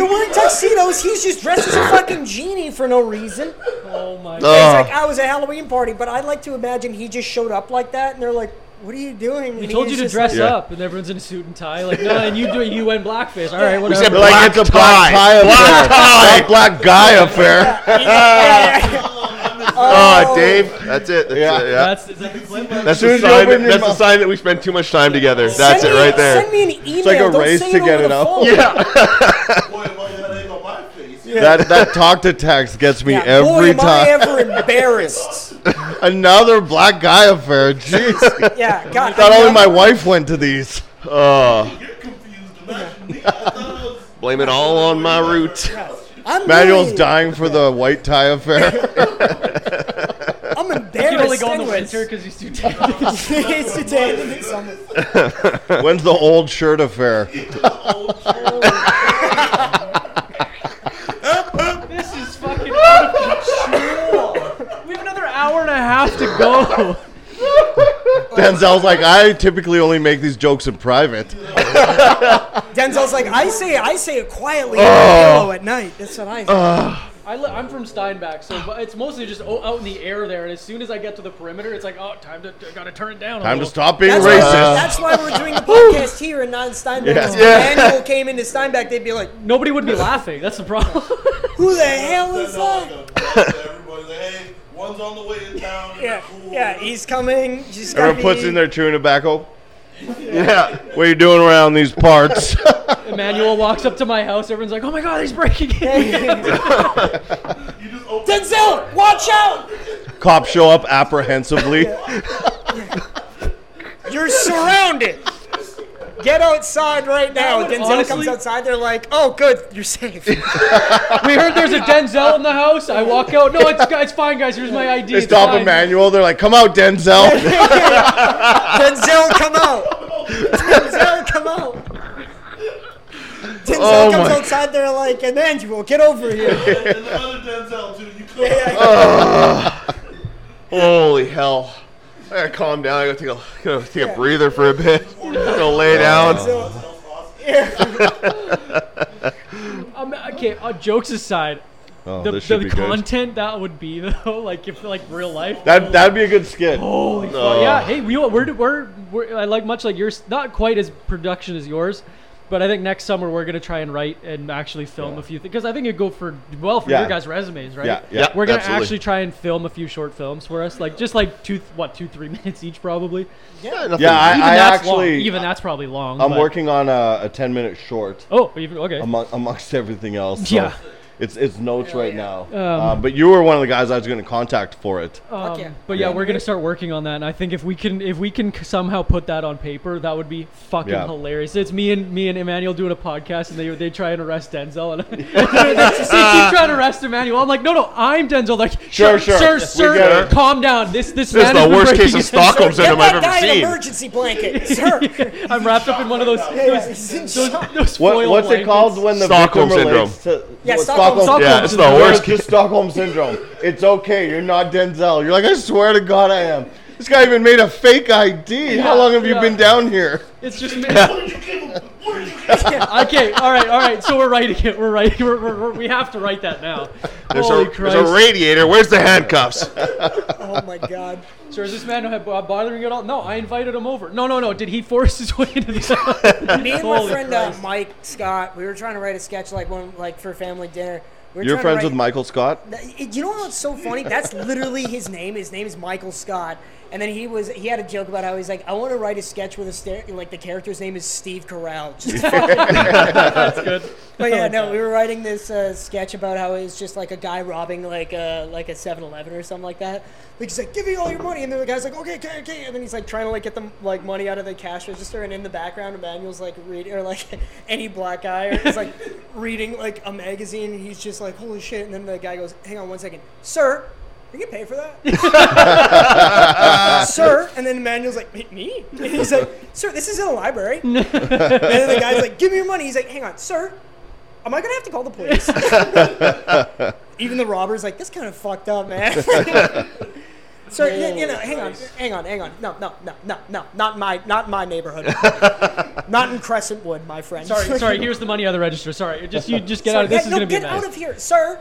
Speaker 5: They're wearing tuxedos. He's just dressed as a fucking genie for no reason.
Speaker 1: Oh my.
Speaker 5: It's
Speaker 1: god.
Speaker 2: Uh.
Speaker 5: like I was a Halloween party, but I like to imagine he just showed up like that, and they're like, "What are you doing?"
Speaker 1: We told you to dress
Speaker 2: Yeah.
Speaker 1: up, and everyone's in a suit and tie. Like, no, and you do you went blackface. All right, whatever.
Speaker 3: said
Speaker 2: They're like
Speaker 3: Black
Speaker 2: it's a black
Speaker 3: tie.
Speaker 2: tie affair, Not black guy affair.
Speaker 3: Ah, Dave, that's it. That's
Speaker 2: Oh. Yeah.
Speaker 3: it. Yeah.
Speaker 1: That's is that the clip?
Speaker 3: That's
Speaker 2: Soon
Speaker 3: the
Speaker 2: as you
Speaker 3: sign.
Speaker 2: open your
Speaker 3: That's the
Speaker 2: mouth-
Speaker 3: sign that we spend too much time together. That's it right
Speaker 5: Send
Speaker 3: there.
Speaker 5: me an email.
Speaker 2: like a
Speaker 5: Don't
Speaker 2: race
Speaker 5: say
Speaker 2: to
Speaker 5: it
Speaker 2: get
Speaker 5: over
Speaker 2: it
Speaker 5: the
Speaker 2: out.
Speaker 5: phone.
Speaker 4: Boy, if I had egg on my face.
Speaker 2: That that talk to text gets me
Speaker 5: Yeah,
Speaker 2: every
Speaker 5: boy, am I
Speaker 2: time.
Speaker 5: ever embarrassed.
Speaker 2: Another black guy affair. Jeez,
Speaker 5: Yeah, God.
Speaker 2: not
Speaker 5: I
Speaker 2: only
Speaker 5: know.
Speaker 2: my wife went to these.
Speaker 3: Oh,
Speaker 4: You're
Speaker 3: Blame it all on my root.
Speaker 5: I'm
Speaker 2: Manuel's
Speaker 5: really-
Speaker 2: dying for the white tie affair.
Speaker 5: I'm
Speaker 1: He
Speaker 5: embarrassed.
Speaker 1: can only go in the
Speaker 5: anyways.
Speaker 1: winter because he's too dead.
Speaker 5: it's today and then summer.
Speaker 2: When's the old shirt affair?
Speaker 1: this is fucking out of control. We have another hour and a half to go.
Speaker 2: Denzel's like, I typically only make these jokes in private.
Speaker 5: Denzel's like, I say, I say it quietly in
Speaker 2: Oh.
Speaker 5: my pillow at night. That's what I say.
Speaker 1: I li- I'm from Steinbach, so but it's mostly just o- out in the air there. And as soon as I get to the perimeter, it's like, oh, time to I gotta turn it down. a
Speaker 2: Time to
Speaker 1: little.
Speaker 2: stop being
Speaker 5: That's, Why,
Speaker 2: racist.
Speaker 5: that's why we're doing the podcast here and not in Steinbeck.
Speaker 2: Yeah.
Speaker 5: If
Speaker 2: Yeah.
Speaker 5: Manuel came into Steinbeck, they'd be like,
Speaker 1: Nobody would be laughing. That's the problem.
Speaker 5: who the hell is that?
Speaker 4: Everybody's like, hey, one's on the way to town.
Speaker 5: Yeah,
Speaker 4: cool.
Speaker 5: yeah, he's coming. She's got
Speaker 2: Everyone puts in their chewing tobacco. Yeah. What are you doing around these parts?
Speaker 1: Emmanuel walks up to my house. Everyone's like, oh my god, he's breaking in.
Speaker 4: You just open
Speaker 5: Denzel, watch out!
Speaker 2: Cops show up apprehensively.
Speaker 5: You're surrounded. Get outside right now.
Speaker 1: That would
Speaker 5: Denzel comes
Speaker 1: honestly-
Speaker 5: outside. They're like, "Oh, good, you're safe."
Speaker 1: we heard there's a Denzel in the house. I walk out. No, it's it's fine, guys. Here's my ID.
Speaker 2: They
Speaker 1: it's
Speaker 2: stop
Speaker 1: fine."
Speaker 2: Emmanuel. They're like, come out, Denzel.
Speaker 5: Denzel, come out. Denzel, come out. Denzel
Speaker 2: Oh
Speaker 5: comes
Speaker 2: my-
Speaker 5: outside. They're like, "Emmanuel, get over here."
Speaker 4: And and the other Denzel, too. You could
Speaker 2: Oh.
Speaker 3: Holy hell. I gotta calm down. I gotta take a, gotta take a breather for a bit. Gonna lay down.
Speaker 5: So,
Speaker 1: Um, okay, uh, jokes aside,
Speaker 2: Oh,
Speaker 1: the,
Speaker 2: this should
Speaker 1: the
Speaker 2: be good.
Speaker 1: content that would be though, like if like real life.
Speaker 2: That, that'd be a good skit.
Speaker 1: Holy
Speaker 2: Oh.
Speaker 1: fuck! Yeah, hey, we, we're, we're we're I like much like yours, not quite as production as yours, but I think next summer we're gonna try and write and actually film a few things because I think it'd go for well for
Speaker 2: Yeah.
Speaker 1: your guys' resumes, right?
Speaker 2: Yeah, yeah,
Speaker 1: We're gonna
Speaker 3: absolutely.
Speaker 1: actually try and film a few short films for us, like just like two, what two, three minutes each probably.
Speaker 3: Yeah, nothing-
Speaker 2: Yeah, I,
Speaker 1: Even
Speaker 2: I
Speaker 1: that's
Speaker 2: actually.
Speaker 1: long. even that's probably long.
Speaker 2: I'm
Speaker 1: but-
Speaker 2: working on a, a 10 minute short
Speaker 1: Oh, even okay.
Speaker 2: among, amongst everything else. so
Speaker 1: Yeah.
Speaker 2: It's, it's notes right now. Uh, but you were one of the guys I was going to contact for it.
Speaker 1: Um,
Speaker 5: yeah.
Speaker 1: But yeah,
Speaker 2: Yeah.
Speaker 1: we're gonna start working on that, and I think if we can, if we can c- somehow put that on paper, that would be fucking
Speaker 2: Yeah.
Speaker 1: hilarious. It's me and me and Emmanuel doing a podcast, and they they try and arrest Denzel, and they, keep trying to arrest Emmanuel. I'm like, no, no, I'm Denzel. Like,
Speaker 2: Sure, sure.
Speaker 1: sir,
Speaker 2: We
Speaker 1: sir,
Speaker 2: get it.
Speaker 1: calm down. This this,
Speaker 3: This is
Speaker 1: man
Speaker 3: the
Speaker 1: has been
Speaker 3: worst case
Speaker 1: breaking
Speaker 3: of
Speaker 1: in."
Speaker 3: Stockholm
Speaker 5: get
Speaker 3: syndrome I've
Speaker 5: that
Speaker 3: ever
Speaker 5: guy an
Speaker 3: seen.
Speaker 5: emergency blanket, sir.
Speaker 1: I'm wrapped up in one of those
Speaker 5: yeah,
Speaker 1: those,
Speaker 5: he's in
Speaker 1: those,
Speaker 5: shock.
Speaker 1: those
Speaker 2: What,
Speaker 1: foil
Speaker 2: what's
Speaker 1: blankets.
Speaker 2: it called when the
Speaker 3: Stockholm
Speaker 2: victim
Speaker 3: syndrome.
Speaker 2: relates to
Speaker 5: Yeah,
Speaker 2: what-
Speaker 5: Stockholm
Speaker 1: Stockholm
Speaker 3: Yeah, it's the
Speaker 1: syndrome.
Speaker 2: Where's
Speaker 3: worst.
Speaker 2: the Stockholm syndrome? It's okay. You're not Denzel. You're like, I swear to God, I am. This guy even made a fake ID.
Speaker 1: Yeah,
Speaker 2: How long have you
Speaker 1: yeah.
Speaker 2: been down here?
Speaker 1: It's just me. okay, all right, all right. So we're writing it. We're writing. We're, we're, we're, we have to write that now.
Speaker 3: There's
Speaker 1: Holy
Speaker 3: a, there's
Speaker 1: Christ!
Speaker 3: a radiator. Where's the handcuffs?
Speaker 5: Oh my god.
Speaker 1: Sir, is this man had- uh, bothering you at all? No, I invited him over. No, no, no. Did he force his way into the house?
Speaker 5: Me and my
Speaker 1: Holy
Speaker 5: friend uh,
Speaker 1: Christ.
Speaker 5: Mike Scott, we were trying to write a sketch like one like for family dinner. We were
Speaker 2: You're
Speaker 5: trying
Speaker 2: friends
Speaker 5: to write-
Speaker 2: with Michael Scott?
Speaker 5: Th- You know what's so funny? That's literally his name. His name is Michael Scott, and then he was he had a joke about how he's like, I want to write a sketch with a ster- like the character's name is Steve Carell. Just
Speaker 1: That's good.
Speaker 5: But yeah, no, we were writing this uh, sketch about how it was just like a guy robbing like a like a 7-Eleven or something like that. Like he's like, "Give me all your money," and then the guy's like, "Okay, okay, okay," and then he's like trying to like get the like money out of the cash register, and in the background, Emmanuel's like reading or like any black guy or is like reading like a magazine, and he's just like, "Holy shit!" And then the guy goes, "Hang on one second, sir." Are you pay for that, sir? And then Emmanuel's like, "Me- "Me?" And he's like, "Sir, this is in a library." and then the guy's like, "Give me your money." He's like, "Hang on, sir, am I gonna have to call the police? Even the robber's like, this kind of fucked up, man. Sir, you, you know, hang on, hang on, hang on. No, no, no, no, no, not my, not my neighborhood. not in Crescentwood, my friend.
Speaker 1: Sorry, sorry. Here's the money on the register. Sorry, just you just get
Speaker 5: Sorry,
Speaker 1: out. of This
Speaker 5: yeah,
Speaker 1: is
Speaker 5: no,
Speaker 1: gonna be a
Speaker 5: get out
Speaker 1: mess.
Speaker 5: of here, sir.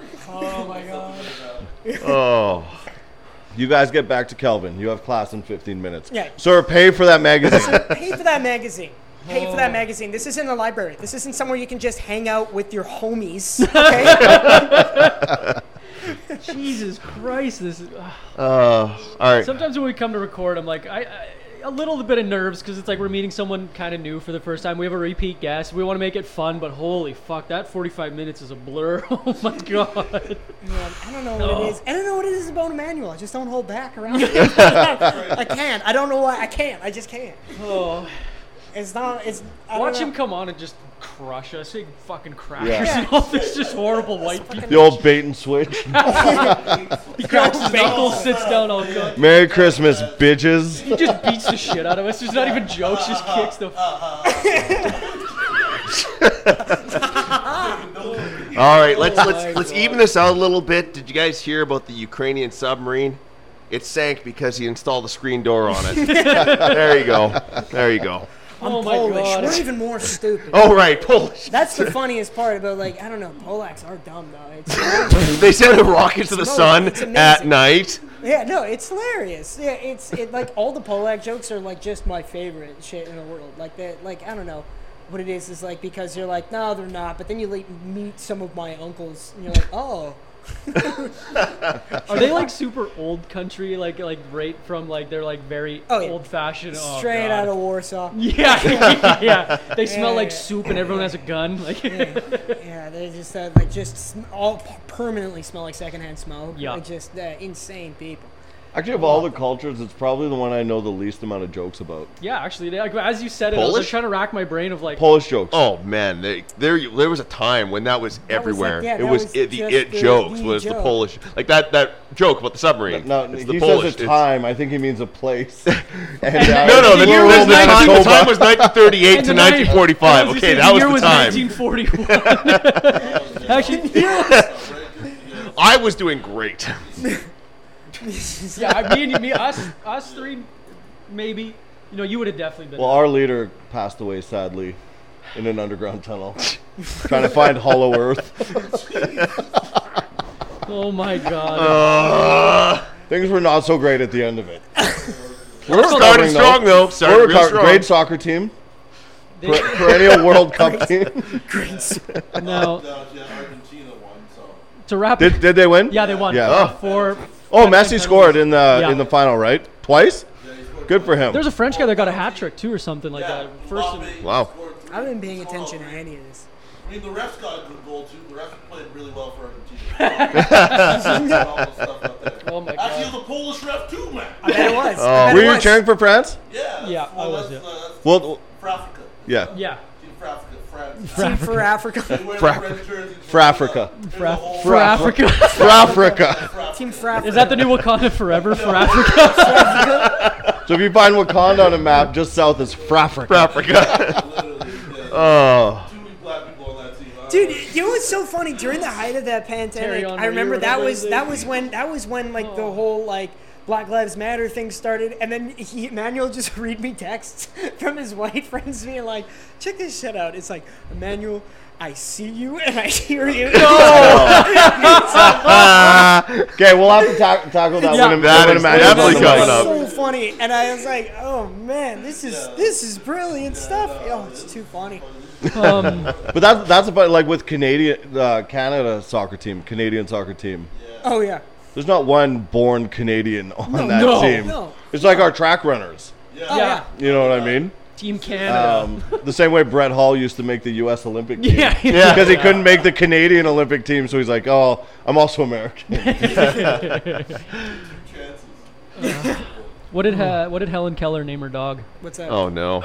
Speaker 3: Oh.
Speaker 2: You guys get back to Kelvin. You have class in 15 minutes.
Speaker 5: Yeah.
Speaker 2: Sir, pay for that magazine.
Speaker 5: Pay for that magazine. Pay for that
Speaker 1: Oh.
Speaker 5: magazine. This isn't a library. This isn't somewhere you can just hang out with your homies. Okay.
Speaker 1: Jesus Christ! This. Is, ugh.
Speaker 3: Uh, all right.
Speaker 1: Sometimes when we come to record, I'm like, I, I a little bit of nerves because it's like we're meeting someone kind of new for the first time. We have a repeat guest. We want to make it fun, but holy fuck, that 45 minutes is a blur. Oh my god.
Speaker 5: Man, I don't know what it is. I don't know what it is about Emmanuel. I just don't hold back around. him. I can't. I don't know why. I can't. I just can't.
Speaker 1: Oh.
Speaker 5: It's not. It's. I don't
Speaker 1: Watch
Speaker 5: know.
Speaker 1: him come on and just crush us. Big fucking crackers
Speaker 2: Yeah.
Speaker 1: and all this just horrible white people.
Speaker 2: The old bait and switch.
Speaker 1: He cracks his knuckle, sits down all good.
Speaker 2: Merry Christmas, bitches.
Speaker 1: He just beats the shit out of us. There's not even jokes, just kicks the.
Speaker 3: All right, let's
Speaker 1: Oh my
Speaker 3: let's let's even this out a little bit. Did you guys hear about the Ukrainian submarine? It sank because he installed a screen door on it. there you go. There you go.
Speaker 1: Oh my
Speaker 5: Polish.
Speaker 1: god. Oh.
Speaker 5: We're even more stupid.
Speaker 3: All right, Polish.
Speaker 5: That's the funniest part about like I don't know. Polacks are dumb though. It's,
Speaker 3: They sent a rocket to the
Speaker 5: Smoke.
Speaker 3: sun
Speaker 5: It's amazing.
Speaker 3: at night.
Speaker 5: yeah, no, it's hilarious. Yeah, it's it like all the Polak jokes are like just my favorite shit in the world. Like that, like I don't know what it is. Is like because you're like no, they're not. But then you like meet some of my uncles and you're like oh.
Speaker 1: Are they like super old country? Like like right from like they're like very
Speaker 5: Oh, yeah.
Speaker 1: old fashioned. Oh,
Speaker 5: Straight
Speaker 1: God.
Speaker 5: out of Warsaw.
Speaker 1: Yeah, yeah. They smell
Speaker 5: Yeah,
Speaker 1: like
Speaker 5: yeah.
Speaker 1: soup, and everyone has a gun. Like,
Speaker 5: Yeah, they just uh, like just sm- all p- permanently smell like secondhand smoke.
Speaker 1: Yeah.
Speaker 5: They're just uh, insane people.
Speaker 2: Actually, of all the cultures, it's probably the one I know the least amount of jokes about.
Speaker 1: yeah, actually, they, like, as you said it, I was
Speaker 3: Polish?
Speaker 1: like, trying to rack my brain of like,
Speaker 2: Polish jokes.
Speaker 3: Oh man, they, there there was a time when that was everywhere.
Speaker 5: yeah,
Speaker 3: it
Speaker 5: that
Speaker 3: was,
Speaker 5: was
Speaker 3: it, the
Speaker 5: just
Speaker 3: it
Speaker 5: the-
Speaker 3: jokes
Speaker 5: the
Speaker 3: was the
Speaker 5: joke.
Speaker 3: Polish like that that joke about the submarine.
Speaker 2: No,
Speaker 3: it's the
Speaker 2: he
Speaker 3: Polish.
Speaker 2: says a
Speaker 3: it's-
Speaker 2: time. I think he means a place. And, uh,
Speaker 3: No, no, the,
Speaker 1: The year
Speaker 3: the-
Speaker 1: was
Speaker 3: the time, the
Speaker 1: 19
Speaker 3: time was 1938 to
Speaker 1: And the night- I
Speaker 3: 1945.
Speaker 1: was gonna
Speaker 3: Okay,
Speaker 1: say,
Speaker 3: that
Speaker 1: the
Speaker 3: was
Speaker 1: year
Speaker 3: the time.
Speaker 1: 1941. actually,
Speaker 3: I was doing great.
Speaker 1: yeah, I- me and you- me, us, us three, maybe. You know, you would have definitely been.
Speaker 2: Well, our leader passed away sadly in an underground tunnel, trying to find Hollow Earth.
Speaker 1: oh my god.
Speaker 3: Uh,
Speaker 2: Things were not so great at the end of it. We're
Speaker 3: started
Speaker 2: recovering, though.
Speaker 3: strong though. Started
Speaker 2: We're
Speaker 3: real
Speaker 2: reco-
Speaker 3: strong.
Speaker 2: great soccer team,
Speaker 1: They-
Speaker 2: per- perennial World Cup team.
Speaker 1: now
Speaker 4: Now, yeah, Argentina won, so.
Speaker 1: to wrap.
Speaker 2: Did, did they win?
Speaker 1: yeah, they won.
Speaker 2: Yeah.
Speaker 1: Uh, Four.
Speaker 2: Oh,
Speaker 1: five
Speaker 2: Messi
Speaker 1: penalties.
Speaker 2: scored in the
Speaker 1: Yeah.
Speaker 2: in the final, right? Twice. Good for him.
Speaker 1: There's a French guy that got a hat trick too, or something like that. First.
Speaker 4: Bobby
Speaker 3: Wow.
Speaker 4: scored three.
Speaker 5: I've been paying attention to
Speaker 4: Oh,
Speaker 5: any of this.
Speaker 4: I mean, the refs got a good goal too. The refs played really well for Argentina. All the stuff out there.
Speaker 1: Oh my
Speaker 4: Actually,
Speaker 1: god.
Speaker 4: the Polish ref too, man.
Speaker 5: That it was.
Speaker 2: Oh, Were you cheering for France?
Speaker 4: Yeah.
Speaker 1: Yeah, I
Speaker 4: well,
Speaker 1: was,
Speaker 4: that's,
Speaker 1: yeah.
Speaker 4: Uh, that's
Speaker 2: Well,
Speaker 4: for Africa.
Speaker 2: yeah.
Speaker 1: Yeah.
Speaker 4: Team for Africa, France.
Speaker 5: Team for
Speaker 4: They
Speaker 5: Africa.
Speaker 4: wear
Speaker 2: For
Speaker 4: the
Speaker 2: Af-
Speaker 4: red jerseys.
Speaker 2: for Africa.
Speaker 4: There's a
Speaker 1: For, Af-
Speaker 4: whole-
Speaker 1: for Africa.
Speaker 2: For Africa.
Speaker 4: for Africa.
Speaker 5: Team for Africa.
Speaker 1: Is that the new Wakanda Forever for Africa?
Speaker 2: So if you find Wakanda on a map, just south is Frafrica.
Speaker 3: Africa.
Speaker 4: Literally, yeah.
Speaker 3: Oh,
Speaker 4: Too many black people on that team. I
Speaker 5: Dude,
Speaker 4: don't know.
Speaker 5: you know what's so funny? During the height of that pandemic,
Speaker 1: Terry Henry
Speaker 5: I remember
Speaker 1: or
Speaker 5: that
Speaker 1: whatever
Speaker 5: was
Speaker 1: his
Speaker 5: that
Speaker 1: name
Speaker 5: was when that was when like
Speaker 1: Oh.
Speaker 5: the whole like Black Lives Matter thing started, and then he, Emmanuel just read me texts from his white friends being like, "Check this shit out." It's like Emmanuel, I see you and I hear you.
Speaker 2: Okay, we'll have to ta- tackle that
Speaker 1: Yeah.
Speaker 2: one. in-
Speaker 3: That
Speaker 2: when
Speaker 3: is
Speaker 2: Emmanuel's on
Speaker 3: definitely
Speaker 2: the
Speaker 3: coming
Speaker 2: mic.
Speaker 3: up.
Speaker 5: so funny, and I was like, "Oh man, this is this is brilliant stuff." Oh, it's too funny.
Speaker 1: Um,
Speaker 2: But that's that's about like with Canadian uh, Canada soccer team, Canadian soccer team.
Speaker 5: Oh yeah,
Speaker 2: There's not one born Canadian on that
Speaker 1: no,
Speaker 2: team.
Speaker 5: no.
Speaker 2: It's like our track runners.
Speaker 5: oh yeah.
Speaker 1: yeah.
Speaker 2: You know what I mean?
Speaker 1: Team Canada.
Speaker 2: Um, the same way Brett Hall used to make the U.S. Olympic team.
Speaker 1: yeah.
Speaker 3: Yeah.
Speaker 2: Because he couldn't make the Canadian Olympic team, so he's like, "Oh, I'm also American."
Speaker 4: Chances.
Speaker 1: What did uh, what did Helen Keller name her dog?
Speaker 5: What's that?
Speaker 3: oh no.